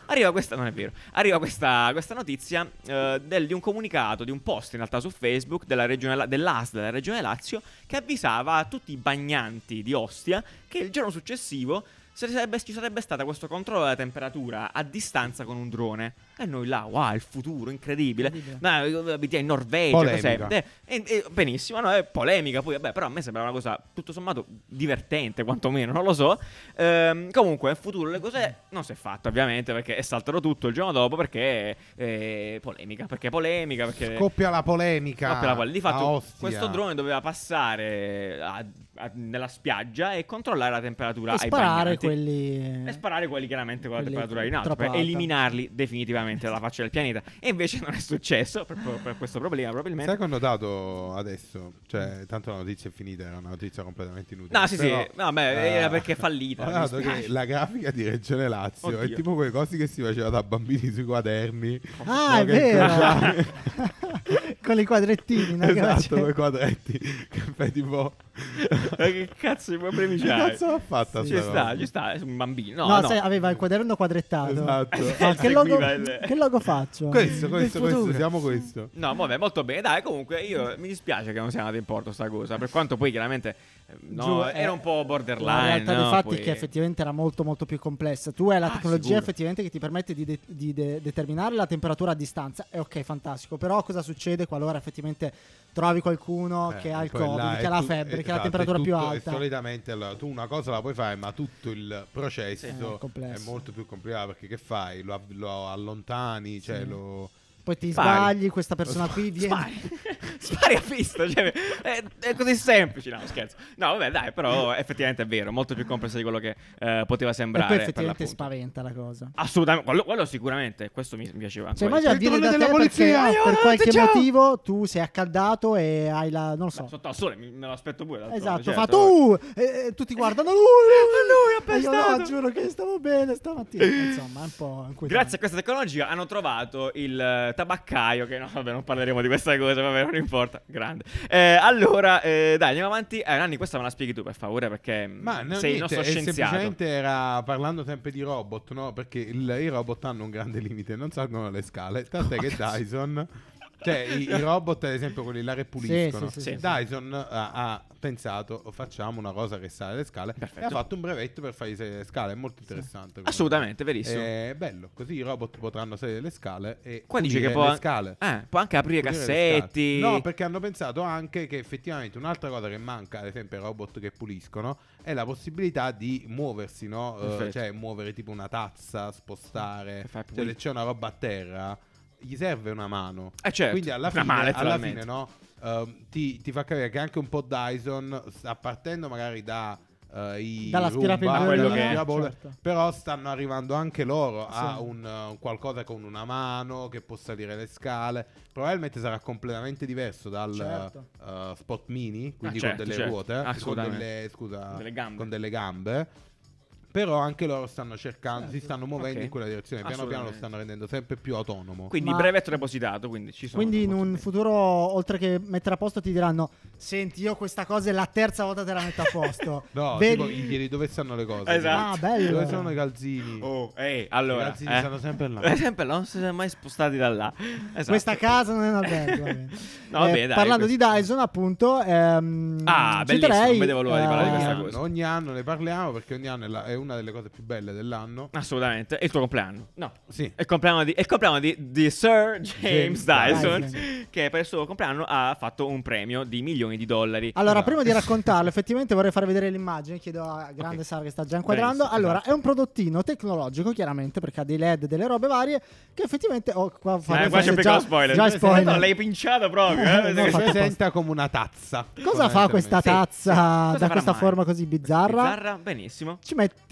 Speaker 3: Arriva questa, non è vero, arriva questa, questa notizia eh, del- di un comunicato, di un post in realtà su Facebook della regione, La- dell'ASL della regione Lazio che avvisava tutti i bagnanti di Ostia che il giorno successivo se- sarebbe- ci sarebbe stato questo controllo della temperatura a distanza con un drone. E noi là, wow, il futuro, incredibile.
Speaker 1: Incredibile.
Speaker 3: Ma eh, abiti in Norvegia, cos'è?
Speaker 2: Polemica.
Speaker 3: Eh, eh, eh, benissimo, no, è polemica poi, vabbè, però a me sembra una cosa tutto sommato divertente, quantomeno, non lo so. Ehm, comunque, in futuro le cose non si è fatto, ovviamente, perché salterò tutto il giorno dopo perché eh, polemica, perché polemica, perché
Speaker 2: Scoppia la polemica.
Speaker 3: No, per la quale- Di
Speaker 2: a
Speaker 3: fatto,
Speaker 2: Ostia.
Speaker 3: questo drone doveva passare a- a- nella spiaggia e controllare la temperatura
Speaker 1: E
Speaker 3: ai
Speaker 1: sparare
Speaker 3: bagnanti.
Speaker 1: quelli...
Speaker 3: E sparare quelli chiaramente con la
Speaker 1: Quelli
Speaker 3: temperatura in alto per
Speaker 1: trappata.
Speaker 3: eliminarli definitivamente dalla faccia del pianeta. E invece non è successo per, per questo problema, probabilmente.
Speaker 2: Sai che ho notato adesso? Cioè, tanto la notizia è finita, era una notizia completamente inutile.
Speaker 3: No, sì, sì, vabbè, era perché è fallita,
Speaker 2: ho
Speaker 3: mi
Speaker 2: notato
Speaker 3: dispiace.
Speaker 2: che la grafica di Regione Lazio è
Speaker 3: Oddio.
Speaker 2: tipo quelle cose che si faceva da bambini sui quaderni.
Speaker 1: Ah, è
Speaker 2: No, che incrociavi.
Speaker 1: vero! Con i quadrettini, no? Che
Speaker 2: esatto,
Speaker 1: faceva-
Speaker 2: quei quadretti. Che fai tipo.
Speaker 3: Ma che cazzo di problemi
Speaker 2: Che
Speaker 3: c'hai?
Speaker 2: cazzo l'ha fatta?
Speaker 3: Cioè, Ci
Speaker 2: sta
Speaker 3: sta,
Speaker 2: roba?
Speaker 3: ci sta, è un bambino.
Speaker 1: No,
Speaker 3: No, no.
Speaker 1: sai, aveva il quaderno quadrettato.
Speaker 2: Esatto.
Speaker 1: Ah, che, logo,
Speaker 3: Seguiva il-
Speaker 1: che logo faccio?
Speaker 2: Questo,
Speaker 1: Del
Speaker 2: questo, questo,
Speaker 1: futuro.
Speaker 2: siamo questo.
Speaker 3: No, vabbè, molto bene. Dai, comunque io mi dispiace che non sia andata in porto sta cosa. Per quanto poi chiaramente eh, no,
Speaker 1: Giù, eh,
Speaker 3: era un po' borderline.
Speaker 1: La realtà
Speaker 3: no?
Speaker 1: dei fatti
Speaker 3: Poi-
Speaker 1: è che effettivamente era molto molto più complessa. Tu hai la
Speaker 3: Ah,
Speaker 1: tecnologia
Speaker 3: sicuro.
Speaker 1: effettivamente che ti permette di, de- di de- determinare la temperatura a distanza. E ok, fantastico. Però cosa succede qualora effettivamente trovi qualcuno
Speaker 2: Eh,
Speaker 1: che ha il
Speaker 2: poi là
Speaker 1: covid,
Speaker 2: è
Speaker 1: che ha la
Speaker 2: tu-
Speaker 1: febbre, che ha
Speaker 2: esatto,
Speaker 1: la temperatura
Speaker 2: è
Speaker 1: più
Speaker 2: tutto- e
Speaker 1: alta?
Speaker 2: Solitamente allora, tu una cosa la puoi fare, ma tutto il
Speaker 1: Sì,
Speaker 2: processo
Speaker 1: è complesso.
Speaker 2: è molto più complicato perché che fai? Lo, av- lo allontani, cioè
Speaker 1: Sì.
Speaker 2: lo...
Speaker 1: Poi ti
Speaker 3: Spari.
Speaker 1: sbagli, questa persona qui viene.
Speaker 3: Spari. Spari a vista, cioè, è, è così semplice. No, scherzo. No, vabbè, dai, però effettivamente è vero, molto più complesso di quello che eh, poteva
Speaker 1: E
Speaker 3: sembrare.
Speaker 1: poi
Speaker 3: per
Speaker 1: effettivamente
Speaker 3: l'appunto.
Speaker 1: spaventa la cosa.
Speaker 3: Assolutamente, quello, quello sicuramente, questo mi, mi piaceva.
Speaker 1: Cioè,
Speaker 3: Poi-
Speaker 1: immagina
Speaker 2: il
Speaker 1: viene
Speaker 2: drone
Speaker 1: da
Speaker 2: della
Speaker 1: te perché
Speaker 2: polizia!
Speaker 1: per
Speaker 3: Aiuto,
Speaker 1: qualche
Speaker 3: ciao!
Speaker 1: motivo tu sei accaldato e hai la. non lo so.
Speaker 3: Beh, sotto al sole mi- me lo aspetto pure. d'altronde,
Speaker 1: Esatto,
Speaker 3: certo.
Speaker 1: fa tu! E, e tutti guardano lui!
Speaker 3: Ma lui ha
Speaker 1: E io,
Speaker 3: pestato!
Speaker 1: No, giuro che stavo bene stamattina. Insomma, è un po'.
Speaker 3: Grazie a questa tecnologia hanno trovato il eh, tabaccaio. Che no, vabbè, non parleremo di questa cosa, vabbè, non importa. Grande. Eh, allora, eh, dai, andiamo avanti. Eh, Nanni, questa me la spieghi tu, per favore, perché mm,
Speaker 2: Ma no,
Speaker 3: sei il
Speaker 2: niente,
Speaker 3: nostro
Speaker 2: è
Speaker 3: scienziato.
Speaker 2: semplicemente era parlando sempre di robot, no? Perché il- i robot hanno un grande limite, non salgono le scale, tant'è che Dyson... Cioè, i, i robot, ad esempio, quelli là che puliscono.
Speaker 1: sì, sì,
Speaker 3: sì.
Speaker 2: Dyson eh, ha, ha pensato, facciamo una cosa che sale le scale. E ha
Speaker 3: Perfetto.
Speaker 2: fatto un brevetto per fare salire le scale. È molto interessante. come-
Speaker 3: Assolutamente, verissimo.
Speaker 2: È bello, così i robot potranno salire le scale e
Speaker 3: Qua dice
Speaker 2: pulire
Speaker 3: che può,
Speaker 2: le scale.
Speaker 3: eh, può anche aprire
Speaker 2: Pulire le
Speaker 3: cassetti.
Speaker 2: scale. No, perché hanno pensato anche che effettivamente un'altra cosa che manca, ad esempio, ai robot che puliscono, è la possibilità di muoversi, no? Eh,
Speaker 3: Perfetto.
Speaker 2: cioè muovere tipo una tazza, spostare.
Speaker 3: E fai
Speaker 2: Cioè,
Speaker 3: pulire.
Speaker 2: se c'è una roba a terra, gli serve una mano.
Speaker 3: Eh, certo.
Speaker 2: Quindi alla
Speaker 3: Una
Speaker 2: fine,
Speaker 3: mano,
Speaker 2: alla
Speaker 3: letteralmente.
Speaker 2: fine no? Ehm, ti, ti fa capire che anche un po' Dyson sta partendo magari da eh, i
Speaker 1: Dall'aspirapolvere,
Speaker 2: Roomba,
Speaker 3: quello che è.
Speaker 2: dall'aspirapolvere,
Speaker 1: Certo.
Speaker 2: però stanno arrivando anche loro a
Speaker 1: Sì.
Speaker 2: un eh, un qualcosa con una mano che può salire le scale. Probabilmente sarà completamente diverso dal
Speaker 1: Certo.
Speaker 2: eh, spot mini, quindi
Speaker 3: certo,
Speaker 2: con delle
Speaker 3: certo.
Speaker 2: ruote, con
Speaker 3: Assolutamente.
Speaker 2: delle, scusa,
Speaker 3: Delle gambe.
Speaker 2: con delle gambe. Però anche loro stanno cercando,
Speaker 1: Certo.
Speaker 2: si stanno muovendo
Speaker 3: Ok.
Speaker 2: in quella direzione. Piano piano lo
Speaker 3: Assolutamente.
Speaker 2: stanno rendendo sempre più autonomo.
Speaker 3: Quindi
Speaker 1: Ma-
Speaker 3: brevetto depositato, quindi ci sono.
Speaker 1: Quindi in
Speaker 3: molto
Speaker 1: un
Speaker 3: bene.
Speaker 1: futuro, oltre che mettere a posto, ti diranno: Senti, io questa cosa è la terza volta che te la metto a posto.
Speaker 2: No,
Speaker 1: Vedi-
Speaker 2: tipo gli chiedi dove stanno le cose.
Speaker 3: Esatto.
Speaker 1: Ah, bello.
Speaker 2: Dove sono i calzini?
Speaker 3: Oh, ehi, allora.
Speaker 2: I calzini
Speaker 3: eh.
Speaker 2: stanno sempre là.
Speaker 3: Eh, sempre là, non si sono mai spostati da là. Esatto.
Speaker 1: Questa casa non è un albergo. va bene.
Speaker 3: No, vabbè,
Speaker 1: Eh,
Speaker 3: dai,
Speaker 1: parlando
Speaker 3: questo-
Speaker 1: di Dyson, appunto, ehm,
Speaker 3: Ah, bellissimo,
Speaker 1: citerei,
Speaker 3: non vedevo l'ora di
Speaker 1: eh,
Speaker 3: parlare di
Speaker 2: Ogni
Speaker 3: questa
Speaker 2: anno,
Speaker 3: cosa.
Speaker 2: ogni anno ne parliamo perché ogni anno è, la- è una delle cose più belle dell'anno.
Speaker 3: Assolutamente. È il tuo compleanno. No.
Speaker 2: Sì.
Speaker 3: È il compleanno di, è il compleanno di, di Sir James,
Speaker 2: James
Speaker 3: Dyson,
Speaker 1: Dyson.
Speaker 3: che per il suo compleanno ha fatto un premio di milioni di dollari.
Speaker 1: Allora,
Speaker 2: No.
Speaker 1: prima di raccontarlo, effettivamente vorrei far vedere l'immagine. Chiedo a grande
Speaker 3: Ok.
Speaker 1: Sara che sta già inquadrando.
Speaker 3: Bravissimo,
Speaker 1: allora,
Speaker 3: esatto.
Speaker 1: è un prodottino tecnologico, chiaramente, perché ha dei LED, delle robe varie. Che effettivamente. Oh, qua,
Speaker 3: Eh,
Speaker 1: fate-
Speaker 3: qua c'è un
Speaker 1: già-
Speaker 3: piccolo spoiler. Eh,
Speaker 1: Già spoiler.
Speaker 3: No, l'hai pinciato proprio.
Speaker 1: Eh,
Speaker 3: eh.
Speaker 1: no,
Speaker 2: Si
Speaker 1: fatto
Speaker 2: presenta come una tazza.
Speaker 1: Cosa fa questa
Speaker 2: fondamentalmente.
Speaker 1: tazza
Speaker 3: Cosa
Speaker 1: da
Speaker 3: farà
Speaker 1: questa
Speaker 3: mai?
Speaker 1: forma così bizzarra?
Speaker 3: Bizzarra, benissimo.
Speaker 1: Ci metti.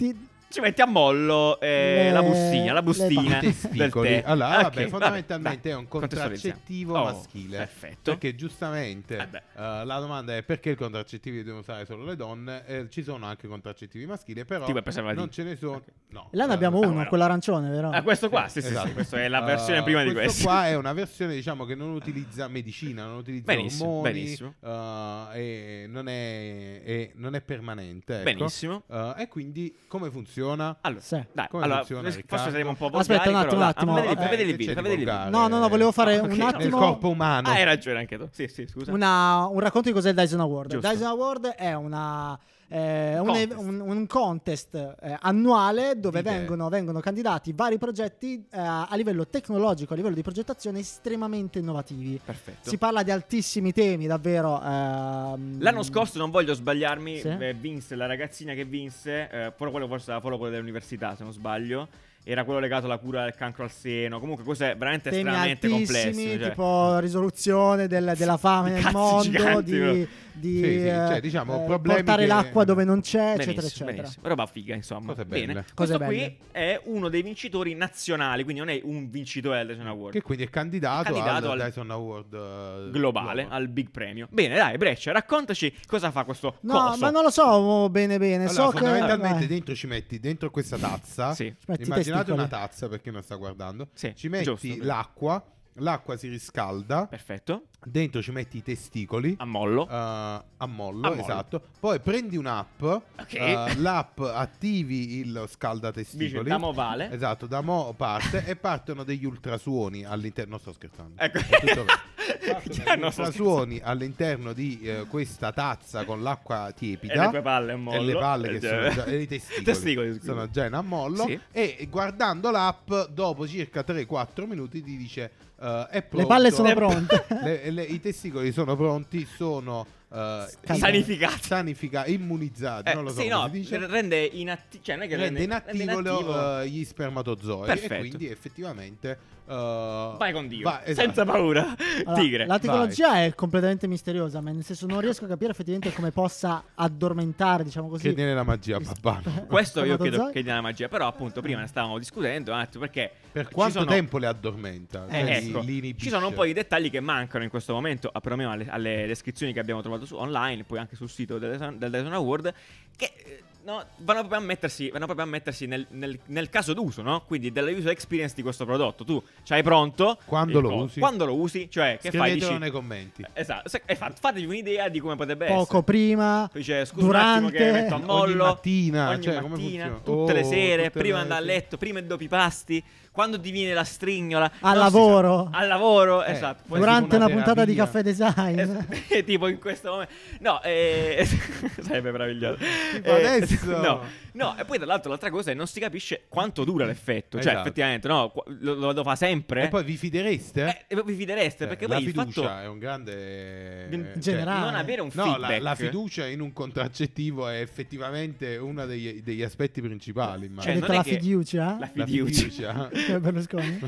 Speaker 3: Ci metti a mollo eh,
Speaker 1: Le-
Speaker 3: la bustina, la
Speaker 1: le
Speaker 3: bustina
Speaker 1: patate.
Speaker 2: I
Speaker 3: del
Speaker 2: testicoli.
Speaker 3: tè. Ah,
Speaker 2: Allora,
Speaker 3: Ok,
Speaker 2: vabbè, fondamentalmente
Speaker 3: vabbè,
Speaker 2: è un
Speaker 3: dai, contestualizziamo.
Speaker 2: contraccettivo
Speaker 3: Oh,
Speaker 2: maschile.
Speaker 3: Perfetto.
Speaker 2: Perché giustamente
Speaker 3: Eh beh.
Speaker 2: eh, la domanda è perché i contraccettivi li devono usare solo le donne? Eh, ci sono anche contraccettivi maschili, però
Speaker 3: Tipo i preservativi.
Speaker 2: non ce ne sono.
Speaker 3: Ok.
Speaker 2: No,
Speaker 1: Là ne
Speaker 2: eh,
Speaker 1: abbiamo
Speaker 2: eh,
Speaker 1: uno,
Speaker 3: Ah, guarda.
Speaker 1: quello arancione, vero?
Speaker 3: Ah, questo qua, sì, sì, sì,
Speaker 2: esatto.
Speaker 3: questa è la versione
Speaker 2: Eh,
Speaker 3: prima di
Speaker 2: questo
Speaker 3: questo.
Speaker 2: qua è una versione diciamo che non utilizza medicina, non utilizza
Speaker 3: Benissimo,
Speaker 2: ormoni,
Speaker 3: benissimo.
Speaker 2: eh, e non è, e non è permanente. ecco.
Speaker 3: Benissimo.
Speaker 2: Eh, e quindi come funziona?
Speaker 3: Allora,
Speaker 1: Sì.
Speaker 3: dai,
Speaker 2: Come
Speaker 3: allora,
Speaker 2: funziona,
Speaker 3: forse
Speaker 2: Riccardo?
Speaker 3: saremo un po' volgari,
Speaker 1: Aspetta un attimo,
Speaker 3: però,
Speaker 1: un attimo.
Speaker 3: dai, fai vedere-
Speaker 1: Eh,
Speaker 3: fai vedere il
Speaker 2: che
Speaker 3: video,
Speaker 2: c'è
Speaker 3: fai
Speaker 2: di
Speaker 3: vedere il video.
Speaker 2: volgare?
Speaker 1: No, no, no, volevo fare
Speaker 3: Ah, ok,
Speaker 1: un
Speaker 3: no.
Speaker 2: Nel
Speaker 1: attimo.
Speaker 2: corpo umano.
Speaker 3: Ah, hai ragione anche tu. Sì, sì, scusa.
Speaker 1: una- un racconto di cos'è il Dyson Award.
Speaker 3: Giusto.
Speaker 1: Dyson Award è una, eh, un,
Speaker 3: Contest.
Speaker 1: ev- un- un contest eh, annuale dove
Speaker 2: Di idee.
Speaker 1: vengono, vengono candidati vari progetti eh, a livello tecnologico, a livello di progettazione estremamente innovativi.
Speaker 3: Perfetto.
Speaker 1: Si parla di altissimi temi, davvero. ehm,
Speaker 3: L'anno scorso, non voglio sbagliarmi,
Speaker 1: Sì.
Speaker 3: eh, vinse la ragazzina che vinse, eh, però quello forse era proprio quello dell'università, se non sbaglio. Era quello legato alla cura del cancro al seno. Comunque, cose veramente
Speaker 1: temi
Speaker 3: estremamente complesse.
Speaker 1: altissimi,
Speaker 3: Cioè.
Speaker 1: tipo risoluzione del- della fame
Speaker 3: Di
Speaker 1: nel
Speaker 3: cazzi
Speaker 1: mondo,
Speaker 3: giganti,
Speaker 1: di,
Speaker 3: però.
Speaker 1: di,
Speaker 2: Sì, sì, cioè,
Speaker 1: eh,
Speaker 2: diciamo,
Speaker 1: eh,
Speaker 2: problemi
Speaker 1: portare
Speaker 2: che-
Speaker 1: l'acqua dove non c'è,
Speaker 3: Benissimo,
Speaker 1: eccetera, eccetera.
Speaker 3: benissimo. Roba figa, insomma.
Speaker 2: Cose belle.
Speaker 3: Bene.
Speaker 2: Cose
Speaker 1: Cose
Speaker 3: Questo
Speaker 1: belle.
Speaker 3: qui è uno dei vincitori nazionali, quindi non è un vincitore del Dyson Award.
Speaker 2: Che quindi è candidato,
Speaker 3: Candidato
Speaker 2: al,
Speaker 3: al-
Speaker 2: Dyson Award eh,
Speaker 3: globale, al Big Premio. Bene, dai, Breccia, raccontaci cosa fa questo
Speaker 1: No,
Speaker 3: coso.
Speaker 1: ma non lo so oh, bene bene,
Speaker 2: Allora,
Speaker 1: so
Speaker 2: fondamentalmente
Speaker 1: che...
Speaker 2: dentro ci metti dentro questa tazza.
Speaker 3: Sì.
Speaker 1: Ci metti i
Speaker 2: Immaginate
Speaker 1: testicoli.
Speaker 2: una tazza per chi non sta guardando.
Speaker 3: Sì,
Speaker 2: ci metti
Speaker 3: giusto, bene.
Speaker 2: l'acqua, l'acqua si riscalda,
Speaker 3: Perfetto.
Speaker 2: dentro ci metti i testicoli.
Speaker 3: A mollo.
Speaker 2: eh, a mollo,
Speaker 3: A mollo.
Speaker 2: esatto. Poi prendi un'app. eh, l'app attivi il
Speaker 3: Dice,
Speaker 2: scaldatesticoli.
Speaker 3: da mo vale.
Speaker 2: Esatto, da mo parte e partono degli ultrasuoni all'interno. Non sto scherzando.
Speaker 3: Ecco.
Speaker 2: È tutto vero.
Speaker 3: Chiaro,
Speaker 2: Partono degli
Speaker 3: non so
Speaker 2: ultrasuoni all'interno di eh, questa tazza con l'acqua
Speaker 3: E le
Speaker 2: tiepida.
Speaker 3: tue palle a mollo.
Speaker 2: E le palle che
Speaker 3: Cioè-
Speaker 2: sono già, e i testicoli,
Speaker 3: scusa.
Speaker 2: sono già in ammollo.
Speaker 3: Sì.
Speaker 2: E guardando l'app, dopo circa 3-4 minuti, ti dice: eh, è pronto.
Speaker 1: Le palle sono
Speaker 3: Eh,
Speaker 1: pronte.
Speaker 2: Le- le- I testicoli sono pronti, sono eh,
Speaker 1: Scaldati.
Speaker 3: Sanificati.
Speaker 2: sanifica- immunizzati.
Speaker 3: Eh,
Speaker 2: non lo so
Speaker 3: sì,
Speaker 2: come
Speaker 3: no,
Speaker 2: si dice.
Speaker 3: rende inattivo. Cioè, non è che
Speaker 2: Rende
Speaker 3: rende, rende
Speaker 2: inattivo
Speaker 3: inattivo.
Speaker 2: eh, gli spermatozoi
Speaker 3: Perfetto.
Speaker 2: e quindi effettivamente eh,
Speaker 3: Vai con Dio,
Speaker 2: va- esatto.
Speaker 3: senza paura.
Speaker 1: Allora,
Speaker 3: Tigre.
Speaker 1: La tecnologia è completamente misteriosa, ma nel senso non riesco a capire effettivamente come possa addormentare, diciamo così.
Speaker 2: Che viene la magia,
Speaker 3: Esatto.
Speaker 2: papà.
Speaker 3: Questo io credo
Speaker 1: Spermatozoi?
Speaker 3: che dia la magia, però appunto prima ne stavamo discutendo un attimo perché
Speaker 2: Per
Speaker 3: ci
Speaker 2: quanto
Speaker 3: sono-
Speaker 2: tempo le addormenta?
Speaker 1: Eh,
Speaker 2: Cioè,
Speaker 3: Eh,
Speaker 2: li-
Speaker 3: ecco,
Speaker 2: li
Speaker 3: ci
Speaker 2: inibisce.
Speaker 3: sono un po' di dettagli che mancano in questo momento, a perlomeno alle, alle descrizioni che abbiamo trovato su online, poi anche sul sito del, Dyson- del Dyson Award, che eh, no, vanno proprio a mettersi, vanno proprio a mettersi nel, nel- nel caso d'uso, no? quindi della user experience di questo prodotto. Tu c'hai pronto...
Speaker 2: Quando
Speaker 3: il
Speaker 2: lo
Speaker 3: coso.
Speaker 2: usi?
Speaker 3: Quando lo usi, cioè che fai?
Speaker 2: Scrivetelo
Speaker 3: Dici-
Speaker 2: nei commenti.
Speaker 3: Esatto, se- e fa- fatevi un'idea di come potrebbe
Speaker 1: Poco
Speaker 3: essere.
Speaker 1: prima,
Speaker 3: Dice, scusa un
Speaker 1: durante...
Speaker 3: attimo che metto a
Speaker 2: Ogni
Speaker 3: mollo
Speaker 2: mattina,
Speaker 3: ogni
Speaker 2: cioè, come
Speaker 3: mattina,
Speaker 2: funziona?
Speaker 3: tutte le
Speaker 2: Oh,
Speaker 3: sere,
Speaker 2: tutte
Speaker 3: prima
Speaker 2: le-
Speaker 3: andare a letto, prima e dopo i pasti, quando ti viene la strignola,
Speaker 1: Al
Speaker 3: non si
Speaker 1: lavoro.
Speaker 3: sa. al lavoro,
Speaker 2: Eh,
Speaker 3: esatto. Poi
Speaker 1: Durante
Speaker 2: una
Speaker 1: una puntata di
Speaker 2: terapia.
Speaker 1: caffè design.
Speaker 3: Es- eh, tipo in questo momento no eh, sarebbe meraviglioso Eh,
Speaker 2: Tipo adesso.
Speaker 3: no no e poi tra l'altro l'altra cosa è non si capisce quanto dura l'effetto cioè
Speaker 2: Esatto.
Speaker 3: effettivamente no qu- lo, lo- lo fa sempre
Speaker 2: E poi vi fidereste?
Speaker 3: Eh, e vi fidereste
Speaker 2: Cioè,
Speaker 3: perché
Speaker 2: la
Speaker 3: poi il
Speaker 2: fiducia
Speaker 3: fatto
Speaker 2: è un grande
Speaker 3: Di-
Speaker 2: cioè,
Speaker 1: generale.
Speaker 3: non avere un
Speaker 2: No, la,
Speaker 3: feedback
Speaker 2: la fiducia in un contraccettivo è effettivamente uno degli, degli aspetti principali. Ma
Speaker 1: Hai
Speaker 3: Cioè, non
Speaker 1: detto
Speaker 3: è
Speaker 1: la
Speaker 3: che-
Speaker 1: fiducia?
Speaker 3: la
Speaker 2: la
Speaker 3: fiducia.
Speaker 2: fiducia.
Speaker 1: Come Berlusconi?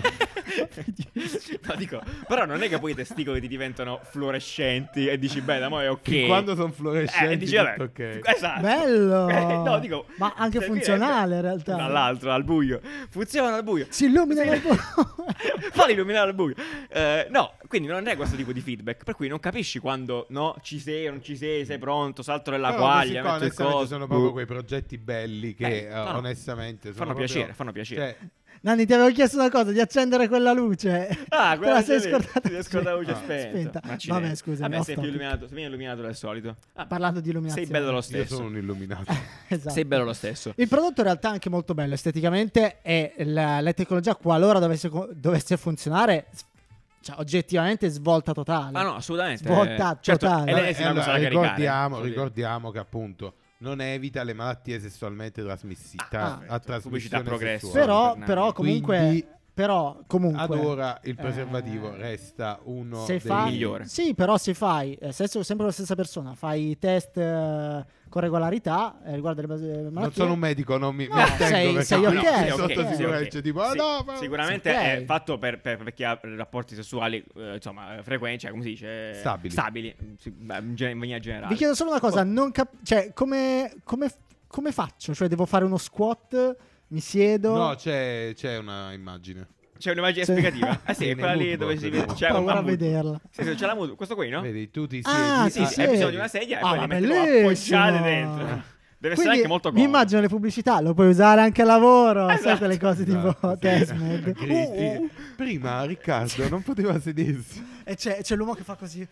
Speaker 3: No, dico, però non è che poi i testicoli ti diventano fluorescenti e dici, beh, da mo' è ok.
Speaker 2: Fin quando sono
Speaker 3: Eh,
Speaker 2: fluorescenti,
Speaker 3: dici, vabbè,
Speaker 2: tutto ok.
Speaker 3: esatto.
Speaker 1: Bello!
Speaker 3: Eh, no, dico,
Speaker 1: Ma anche
Speaker 3: servirebbe-
Speaker 1: funzionale, in realtà.
Speaker 3: Dall'altro, al buio. Funziona al buio.
Speaker 1: Si illumina
Speaker 3: Sì.
Speaker 1: la bocca.
Speaker 3: Falli illuminare al buio. Eh, no, quindi non è questo tipo di feedback. Per cui non capisci quando no, ci sei o non ci sei, sei pronto, salto nella
Speaker 2: Però questi
Speaker 3: guaglia,
Speaker 2: qua,
Speaker 3: metto il
Speaker 2: onestamente,
Speaker 3: coso.
Speaker 2: sono proprio
Speaker 3: Boh.
Speaker 2: quei progetti belli che
Speaker 3: Eh, no,
Speaker 2: eh,
Speaker 3: no.
Speaker 2: onestamente sono
Speaker 3: Fanno
Speaker 2: proprio-
Speaker 3: piacere, fanno piacere.
Speaker 2: Cioè,
Speaker 1: Nanni, ti avevo chiesto una cosa, di accendere quella luce. Te
Speaker 3: Ah,
Speaker 1: la
Speaker 3: quella
Speaker 1: sei
Speaker 3: lì,
Speaker 1: scordata.
Speaker 3: ti sei scordata la luce
Speaker 1: Ah.
Speaker 3: spenta. Accidenti.
Speaker 1: Vabbè, scusa.
Speaker 3: Vabbè, sei più illuminato, sei meno illuminato del solito. Ah,
Speaker 1: Parlando di illuminazione.
Speaker 3: sei bello lo
Speaker 2: io
Speaker 3: stesso.
Speaker 2: sono un illuminato.
Speaker 1: Esatto.
Speaker 3: Sei bello lo stesso.
Speaker 1: Il prodotto in realtà è anche molto bello esteticamente e la, la tecnologia qualora dovesse, co- dovesse funzionare, s- cioè, oggettivamente svolta totale.
Speaker 3: Ah no, assolutamente.
Speaker 1: Svolta
Speaker 3: certo,
Speaker 1: totale.
Speaker 3: È l'ennesima
Speaker 2: Eh,
Speaker 3: cosa da
Speaker 2: allora,
Speaker 3: caricare.
Speaker 2: ricordiamo,
Speaker 3: voglio dire.
Speaker 2: ricordiamo che appunto non evita le malattie sessualmente trasmissibili. tra-
Speaker 1: Ah,
Speaker 2: a
Speaker 3: perfetto. eh, cioè, Pubblicità
Speaker 2: trasmissione
Speaker 3: progresso.
Speaker 2: sessuale.
Speaker 1: Però,
Speaker 3: Fernando.
Speaker 1: però comunque,
Speaker 2: Quindi,
Speaker 1: però comunque
Speaker 2: Ad ora il
Speaker 1: eh,
Speaker 2: preservativo resta uno
Speaker 1: se
Speaker 2: dei
Speaker 1: fai,
Speaker 3: migliori. migliore.
Speaker 1: Sì, però se fai eh, se sei sempre la stessa persona, fai i test eh, con regolarità eh, riguardo le bas- le malattie.
Speaker 2: Non sono un medico, non mi,
Speaker 1: No,
Speaker 2: mi attengo
Speaker 1: sei-
Speaker 2: perché
Speaker 1: sei
Speaker 2: qui
Speaker 1: ok,
Speaker 2: sono
Speaker 1: sei
Speaker 2: sotto
Speaker 1: ok,
Speaker 2: sicurezza,
Speaker 1: sei
Speaker 3: ok.
Speaker 2: tipo, ah,
Speaker 3: Sì,
Speaker 2: no, ma-
Speaker 3: Sicuramente
Speaker 1: Ok.
Speaker 3: è fatto per, per- per chi ha rapporti sessuali, eh, insomma, eh, frequenti, cioè, come si dice? eh,
Speaker 2: Stabili.
Speaker 3: Stabili, mm, sì, beh, in gen- in maniera generale.
Speaker 1: Vi chiedo solo una cosa,
Speaker 3: Oh.
Speaker 1: non cap- cioè, come, come, come faccio? Cioè, devo fare uno squat, mi siedo.
Speaker 3: cioè,
Speaker 2: No, c'è, c'è una immagine.
Speaker 3: C'è un'immagine
Speaker 1: Sì.
Speaker 3: esplicativa? Ah sì,
Speaker 2: Sì,
Speaker 3: è
Speaker 2: nel
Speaker 3: quella lì
Speaker 2: mood
Speaker 3: dove
Speaker 2: board,
Speaker 3: si
Speaker 2: no?
Speaker 3: vede... C'è
Speaker 1: Ho
Speaker 3: un
Speaker 1: paura a
Speaker 3: mammuto.
Speaker 1: vederla.
Speaker 3: Sì, sì, c'è la mood. Questo qui, no?
Speaker 2: Vedi, tu ti siedi. eh,
Speaker 1: Ah,
Speaker 3: Sì,
Speaker 1: sì,
Speaker 3: sì, è bisogno di una sedia e
Speaker 1: Ah,
Speaker 3: poi
Speaker 1: ma
Speaker 3: li metti qua
Speaker 1: bellissimo!
Speaker 3: appoggiate dentro. Deve essere
Speaker 1: Quindi
Speaker 3: anche molto
Speaker 1: Mi
Speaker 3: comodo.
Speaker 1: immagino le pubblicità, lo puoi usare anche al lavoro, sai
Speaker 3: Esatto.
Speaker 1: quelle cose tipo Uh,
Speaker 2: Esatto, sì.
Speaker 1: Desmed.
Speaker 2: Gritti. Prima Riccardo non poteva sedersi.
Speaker 1: E c'è, c'è l'uomo che fa così.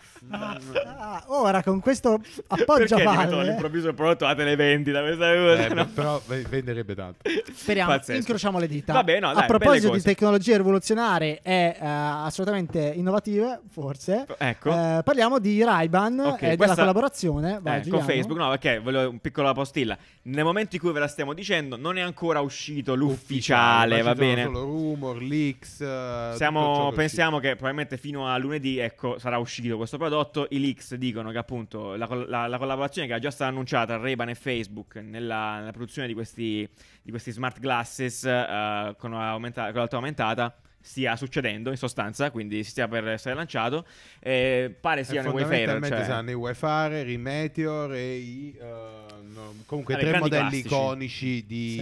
Speaker 1: Ah, ora con questo appoggio
Speaker 3: Perché
Speaker 1: a
Speaker 3: è diventato
Speaker 1: valle.
Speaker 3: all'improvviso il prodotto alla televendita? Questa cosa,
Speaker 2: Eh,
Speaker 3: no?
Speaker 2: Però v- venderebbe tanto.
Speaker 1: Speriamo,
Speaker 3: Pazzesco.
Speaker 1: incrociamo le dita.
Speaker 3: Vabbè, no, dai,
Speaker 1: a proposito
Speaker 3: belle
Speaker 1: di
Speaker 3: cose.
Speaker 1: tecnologie rivoluzionarie e eh, assolutamente innovative, forse,
Speaker 3: Ecco.
Speaker 1: eh, parliamo di Ray-Ban
Speaker 3: Ok,
Speaker 1: e della
Speaker 3: questa-
Speaker 1: collaborazione vai,
Speaker 3: Eh, con
Speaker 1: Giuliano.
Speaker 3: Facebook, no, perché volevo un piccola postilla. Nel momento in cui ve la stiamo dicendo, non è ancora uscito l'ufficiale,
Speaker 2: ma
Speaker 3: va
Speaker 2: ci sono
Speaker 3: bene?
Speaker 2: Solo rumor, leaks. eh, tutto ciò
Speaker 3: Siamo-
Speaker 2: che
Speaker 3: pensiamo che probabilmente fino a lunedì ecco, sarà uscito questo prodotto. I leaks dicono che appunto la, col- la- la collaborazione che era già stata annunciata tra Ray-Ban e Facebook nella, nella produzione di questi, di questi smart glasses eh, con, una aumenta- con l'altro aumentata stia succedendo in sostanza, quindi stia per essere lanciato. Eh, pare
Speaker 2: uscì.
Speaker 3: siano
Speaker 2: Eh,
Speaker 3: i Wayfarer.
Speaker 2: fondamentalmente
Speaker 3: Cioè...
Speaker 2: saranno i Wayfarer, i Meteor e i. eh, no, comunque,
Speaker 3: Vabbè,
Speaker 2: tre
Speaker 3: Ah, grandi
Speaker 2: modelli
Speaker 3: classici.
Speaker 2: iconici di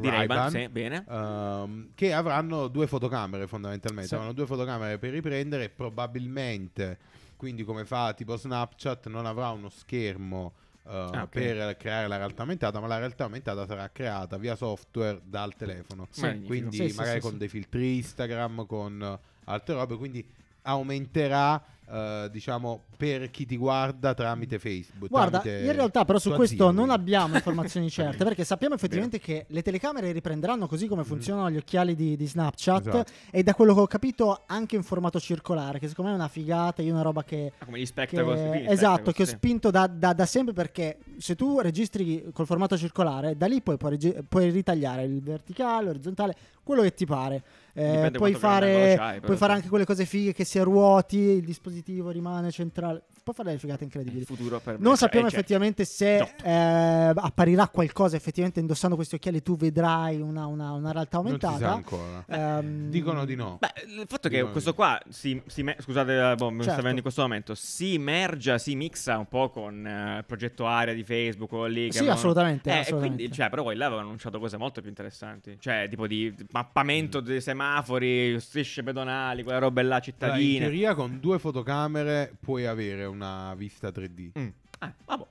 Speaker 3: Di Ray-Ban,
Speaker 2: Ray-Ban.
Speaker 3: sì, bene.
Speaker 2: ehm, che avranno due fotocamere fondamentalmente.
Speaker 1: Sì.
Speaker 2: Avranno due fotocamere per riprendere. e Probabilmente, quindi, come fa tipo Snapchat, non avrà uno schermo. eh,
Speaker 3: Ah, ok.
Speaker 2: Per creare la realtà aumentata, ma la realtà aumentata sarà creata via software dal telefono.
Speaker 1: Sì,
Speaker 3: Magnifico.
Speaker 2: Quindi
Speaker 1: Sì, sì,
Speaker 2: magari
Speaker 1: sì,
Speaker 2: con
Speaker 1: sì.
Speaker 2: dei filtri Instagram, con eh, altre robe, quindi aumenterà eh, diciamo per chi ti guarda tramite Facebook.
Speaker 1: Guarda,
Speaker 2: tramite
Speaker 1: in realtà però su
Speaker 2: tua
Speaker 1: questo
Speaker 2: zia,
Speaker 1: non
Speaker 2: quindi.
Speaker 1: abbiamo informazioni certe perché sappiamo effettivamente che le telecamere riprenderanno così
Speaker 3: Mm.
Speaker 1: come funzionano gli occhiali di, di Snapchat
Speaker 2: Esatto.
Speaker 1: e da quello che ho capito anche in formato circolare che secondo me è una figata, io una roba che...
Speaker 3: Ah, Come gli
Speaker 1: che-
Speaker 3: spectacles. quindi
Speaker 1: esatto,
Speaker 3: spectacles,
Speaker 1: che ho
Speaker 3: sì.
Speaker 1: spinto da, da- da sempre perché se tu registri col formato circolare, da lì poi puoi, regi- puoi ritagliare il verticale, l'orizzontale, quello che ti pare. Eh,
Speaker 3: Dipende
Speaker 1: puoi
Speaker 3: quanto grande
Speaker 1: fare,
Speaker 3: angolo c'hai, però,
Speaker 1: puoi fare
Speaker 3: sì.
Speaker 1: anche quelle cose fighe che si a ruoti, il dispositivo rimane centrale. Puoi fare delle figate incredibili.
Speaker 3: Il futuro per
Speaker 1: Non
Speaker 3: me,
Speaker 1: sappiamo
Speaker 3: eh, cioè,
Speaker 1: effettivamente se
Speaker 3: Esatto.
Speaker 1: eh, apparirà qualcosa effettivamente indossando questi occhiali tu vedrai una, una- una realtà
Speaker 2: Non si sa
Speaker 1: aumentata.
Speaker 2: ancora.
Speaker 1: Ehm,
Speaker 2: Dicono di no.
Speaker 3: Beh, il fatto è che
Speaker 2: Rimane.
Speaker 3: questo qua si, si me- scusate, eh, boh, mi sta
Speaker 1: Certo.
Speaker 3: venendo in questo momento. Si mergia, si mixa un po' con eh, il progetto area di Facebook o lì. che
Speaker 1: Sì,
Speaker 3: avevano-
Speaker 1: assolutamente,
Speaker 3: Eh,
Speaker 1: assolutamente.
Speaker 3: Quindi, cioè, però quelli là avevano annunciato cose molto più interessanti. Cioè, tipo di mappamento dei semafori, strisce pedonali, quella roba là
Speaker 2: Allora, Cioè, in
Speaker 3: cittadina.
Speaker 2: teoria con due fotocamere puoi avere una vista 3D.
Speaker 3: Mm. Ah, vabbè.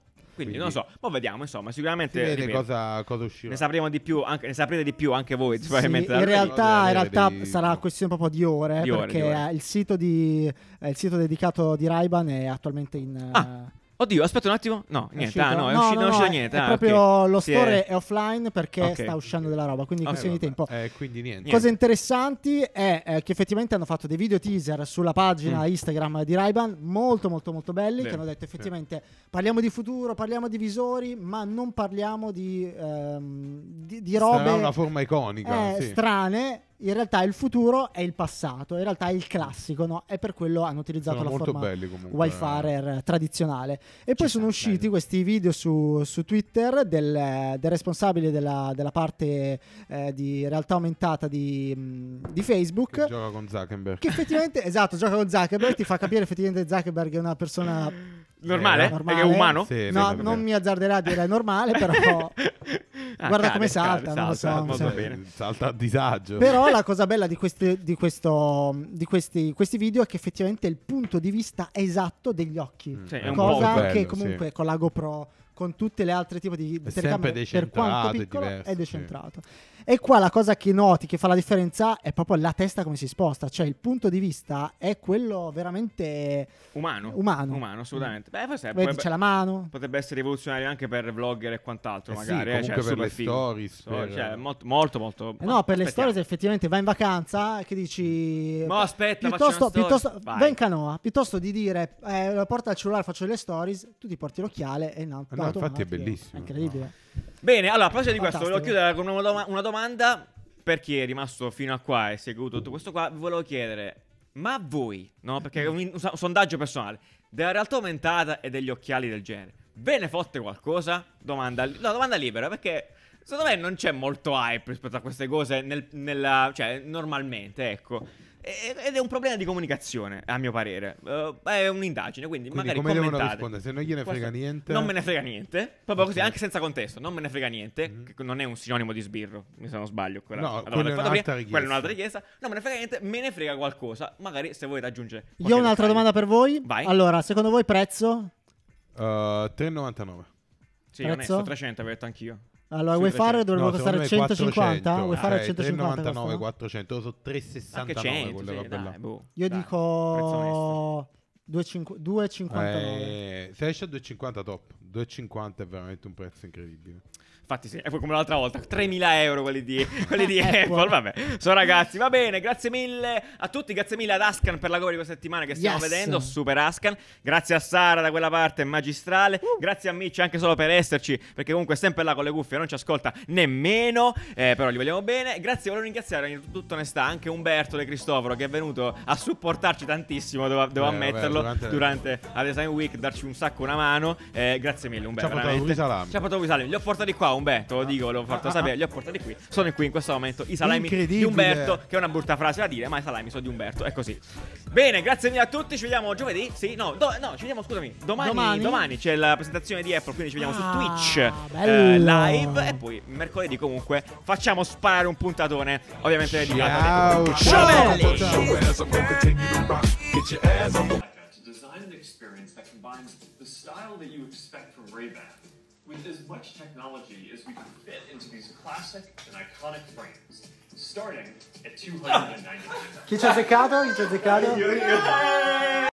Speaker 2: Quindi-
Speaker 3: Quindi, non lo so, ma vediamo, insomma,
Speaker 2: Si
Speaker 3: sicuramente
Speaker 2: vede
Speaker 3: ripeto,
Speaker 2: cosa, cosa uscirà. Eh,
Speaker 3: ne sapremo di più, anche, ne saprete di più anche voi,
Speaker 1: sì,
Speaker 3: probabilmente.
Speaker 1: in
Speaker 3: da-
Speaker 1: realtà, in
Speaker 2: Deve
Speaker 1: realtà
Speaker 2: avere dei-
Speaker 1: sarà questione proprio di ore,
Speaker 3: Di ore,
Speaker 1: perché
Speaker 3: di ore.
Speaker 1: eh, Il, sito di- eh, il sito dedicato di Raiban è attualmente in...
Speaker 3: Ah,
Speaker 1: eh,
Speaker 3: Oddio, aspetta un attimo. No,
Speaker 1: è
Speaker 3: niente,
Speaker 1: uscito.
Speaker 3: ah, no, è uscito, non è uscito
Speaker 1: è-
Speaker 3: niente.
Speaker 1: è
Speaker 3: ah,
Speaker 1: proprio
Speaker 3: ok.
Speaker 1: lo
Speaker 3: Si
Speaker 1: store è, offline perché
Speaker 3: Ok.
Speaker 1: sta uscendo della roba, quindi
Speaker 3: Ok,
Speaker 1: questione di
Speaker 3: vabbè.
Speaker 1: tempo.
Speaker 2: Eh, quindi niente.
Speaker 1: Cose interessanti è eh, che effettivamente hanno fatto dei video teaser sulla pagina
Speaker 3: Mm.
Speaker 1: Instagram di Ray-Ban molto molto molto belli che
Speaker 3: Vero,
Speaker 1: hanno detto effettivamente parliamo di futuro, parliamo di visori, ma non parliamo di, ehm, di, di robe
Speaker 2: Sarà una forma iconica.
Speaker 1: eh,
Speaker 2: sì.
Speaker 1: strane. In realtà il futuro è il passato, in realtà è il classico, no? E per quello hanno utilizzato
Speaker 2: Sono
Speaker 1: la
Speaker 2: molto
Speaker 1: forma
Speaker 2: belli comunque. eh,
Speaker 1: Wayfarer tradizionale. E poi
Speaker 3: sta,
Speaker 1: sono usciti
Speaker 3: bello.
Speaker 1: questi video su, su Twitter del, del responsabile della, della parte eh, di realtà aumentata di, mh, di
Speaker 2: Che
Speaker 1: Facebook.
Speaker 2: gioca con Zuckerberg.
Speaker 1: Che effettivamente, esatto, gioca con Zuckerberg, ti fa capire effettivamente Zuckerberg è una persona
Speaker 3: Normale?
Speaker 2: Eh,
Speaker 1: normale.
Speaker 3: Perché è umano?
Speaker 2: Sì, sì,
Speaker 1: no,
Speaker 2: vabbè.
Speaker 1: non mi azzarderà a dire normale, però
Speaker 3: Ah,
Speaker 1: Guarda
Speaker 3: cade,
Speaker 1: come salta,
Speaker 3: cade,
Speaker 1: non lo so, non
Speaker 3: molto
Speaker 1: so.
Speaker 3: bene.
Speaker 2: Salta a disagio.
Speaker 1: Però la cosa bella di, queste- di questo- di questi, questi video è che effettivamente il punto di vista esatto degli occhi.
Speaker 2: Mm,
Speaker 3: Sì, Cioè, è
Speaker 2: è
Speaker 3: un
Speaker 2: molto
Speaker 1: cosa
Speaker 2: bello,
Speaker 1: che
Speaker 2: sì.
Speaker 1: comunque con la GoPro, con tutte le altre tipi di, di
Speaker 2: È sempre
Speaker 1: telecamere, per
Speaker 2: decentrato,
Speaker 1: quanto
Speaker 2: è
Speaker 1: piccolo,
Speaker 2: diverso,
Speaker 1: è
Speaker 2: sì.
Speaker 1: decentrato. E qua la cosa che noti, che fa la differenza, è proprio la testa come si sposta, cioè il punto di vista è quello veramente...
Speaker 3: Umano.
Speaker 1: Umano.
Speaker 3: Umano, assolutamente. Beh, forse
Speaker 1: Vedi,
Speaker 3: potrebbe-
Speaker 1: c'è la mano.
Speaker 3: Potrebbe essere rivoluzionario anche per vlogger e quant'altro,
Speaker 2: Eh sì,
Speaker 3: magari. eh,
Speaker 2: comunque
Speaker 3: cioè,
Speaker 2: per
Speaker 3: super
Speaker 2: le
Speaker 3: figo.
Speaker 2: stories,
Speaker 3: So-
Speaker 2: per-
Speaker 3: cioè, molto, molto, molto.
Speaker 1: Eh No, per le
Speaker 3: Aspettiamo.
Speaker 1: storie se effettivamente vai in vacanza e che dici...
Speaker 3: Mo aspetta,
Speaker 1: piuttosto,
Speaker 3: faccio una storia.
Speaker 1: piuttosto
Speaker 3: Vai.
Speaker 1: vai in canoa, piuttosto di dire eh, porta il cellulare, faccio le stories, tu ti porti l'occhiale e no,
Speaker 2: Ah, no, infatti è bellissimo.
Speaker 1: È incredibile.
Speaker 3: Bene, allora, a proposito di questo, volevo
Speaker 1: Fantastico.
Speaker 3: chiudere con una, doma- una domanda per chi è rimasto fino a qua e seguito tutto questo qua. Vi volevo chiedere, ma voi, no? Perché è un, un sa- un sondaggio personale, della realtà aumentata e degli occhiali del genere, ve ne fotte qualcosa? Domanda, li- no, domanda libera, perché secondo me non c'è molto hype rispetto a queste cose nel- nella- cioè, normalmente, ecco. E- Ed è un problema di comunicazione, a mio parere. Eh, è un'indagine, quindi,
Speaker 2: Quindi
Speaker 3: magari
Speaker 2: come devono
Speaker 3: commentate.
Speaker 2: rispondere? Se non gliene
Speaker 3: Questo-
Speaker 2: frega niente... eh,
Speaker 3: Non me ne frega niente. Proprio così,
Speaker 2: Ok.
Speaker 3: anche senza contesto. Non me ne frega niente.
Speaker 2: Mm.
Speaker 3: Che non è un sinonimo di sbirro. Mi se non sbaglio. Quella,
Speaker 2: No,
Speaker 3: la domanda
Speaker 2: quella è
Speaker 3: che ho fatto
Speaker 2: un'altra
Speaker 3: prima.
Speaker 2: richiesta.
Speaker 3: Quella è un'altra richiesta. Non me ne frega niente. Me ne frega qualcosa. Magari se volete aggiungere.
Speaker 1: Io ho
Speaker 3: qualche
Speaker 1: un'altra
Speaker 3: dettaglio.
Speaker 1: domanda per voi.
Speaker 3: Vai.
Speaker 1: Allora, secondo voi prezzo?
Speaker 2: Eh, 3,99.
Speaker 3: Sì,
Speaker 1: prezzo?
Speaker 3: onesto, 300 avevo detto anch'io.
Speaker 1: Allora,
Speaker 3: Sui
Speaker 1: vuoi fare
Speaker 3: 300.
Speaker 1: dovrebbe
Speaker 2: No,
Speaker 1: costare
Speaker 2: secondo me
Speaker 1: 150?
Speaker 2: 400,
Speaker 1: Vuoi fare
Speaker 2: eh,
Speaker 1: 150?
Speaker 2: 3,99,
Speaker 1: costano?
Speaker 2: 400, sono
Speaker 3: Anche
Speaker 2: 3,69
Speaker 3: 100.
Speaker 2: quelle
Speaker 3: Sì,
Speaker 2: robe là.
Speaker 3: dai, boh,
Speaker 1: Io
Speaker 3: dai, prezzo onesto.
Speaker 1: dico 2,5 2,59.
Speaker 2: Eh, se esce a 2,50 top, 2,50 è veramente un prezzo incredibile.
Speaker 3: Infatti sì, e poi come l'altra volta, 3.000 euro quelli di, quelli di
Speaker 1: Apple.
Speaker 3: Apple, vabbè. So ragazzi, va bene, grazie mille a tutti, grazie mille ad Ascan per la cover di questa settimana che stiamo
Speaker 1: Yes.
Speaker 3: vedendo, super Ascan. Grazie a Sara da quella parte, magistrale. Grazie a Mitch anche solo per esserci, perché comunque è sempre là con le cuffie, non ci ascolta nemmeno, eh, però li vogliamo bene. Grazie, volevo ringraziare in tutta onestà anche Umberto De Cristoforo che è venuto a supportarci tantissimo, devo, devo
Speaker 2: Eh, vabbè,
Speaker 3: ammetterlo,
Speaker 2: durante-
Speaker 3: durante la Design Week, darci un sacco una mano. Eh, grazie mille Umberto.
Speaker 2: portato
Speaker 3: veramente.
Speaker 2: i salami.
Speaker 3: Ci ha portato i salami, li ho portati qua Umberto, lo dico, l'ho
Speaker 2: Ah,
Speaker 3: portato
Speaker 2: ah,
Speaker 3: sapere,
Speaker 2: ah.
Speaker 3: li ho portati qui. Sono qui in questo momento i salami di
Speaker 2: Incredibile.
Speaker 3: Umberto, che è una brutta frase da dire, ma i salami sono di Umberto, è così. Bene, grazie mille a tutti, ci vediamo giovedì. Sì, no, do- no, ci vediamo, scusami. Domani, domani?
Speaker 1: Domani?
Speaker 3: c'è la presentazione di Apple, quindi ci vediamo
Speaker 1: Ah,
Speaker 3: su Twitch eh,
Speaker 1: bello.
Speaker 3: live e poi mercoledì comunque facciamo sparare un puntatone, ovviamente dedicato ad Apple.
Speaker 2: Ciao,
Speaker 3: Ciao
Speaker 2: ciao,
Speaker 3: belli!
Speaker 2: ciao.
Speaker 5: to design an experience that combines the style that you expect from Ray-Ban with as much technology as we can fit into these classic and iconic frames, starting at 299.
Speaker 1: Chi ci ha azzeccato? Chi ci ha azzeccato?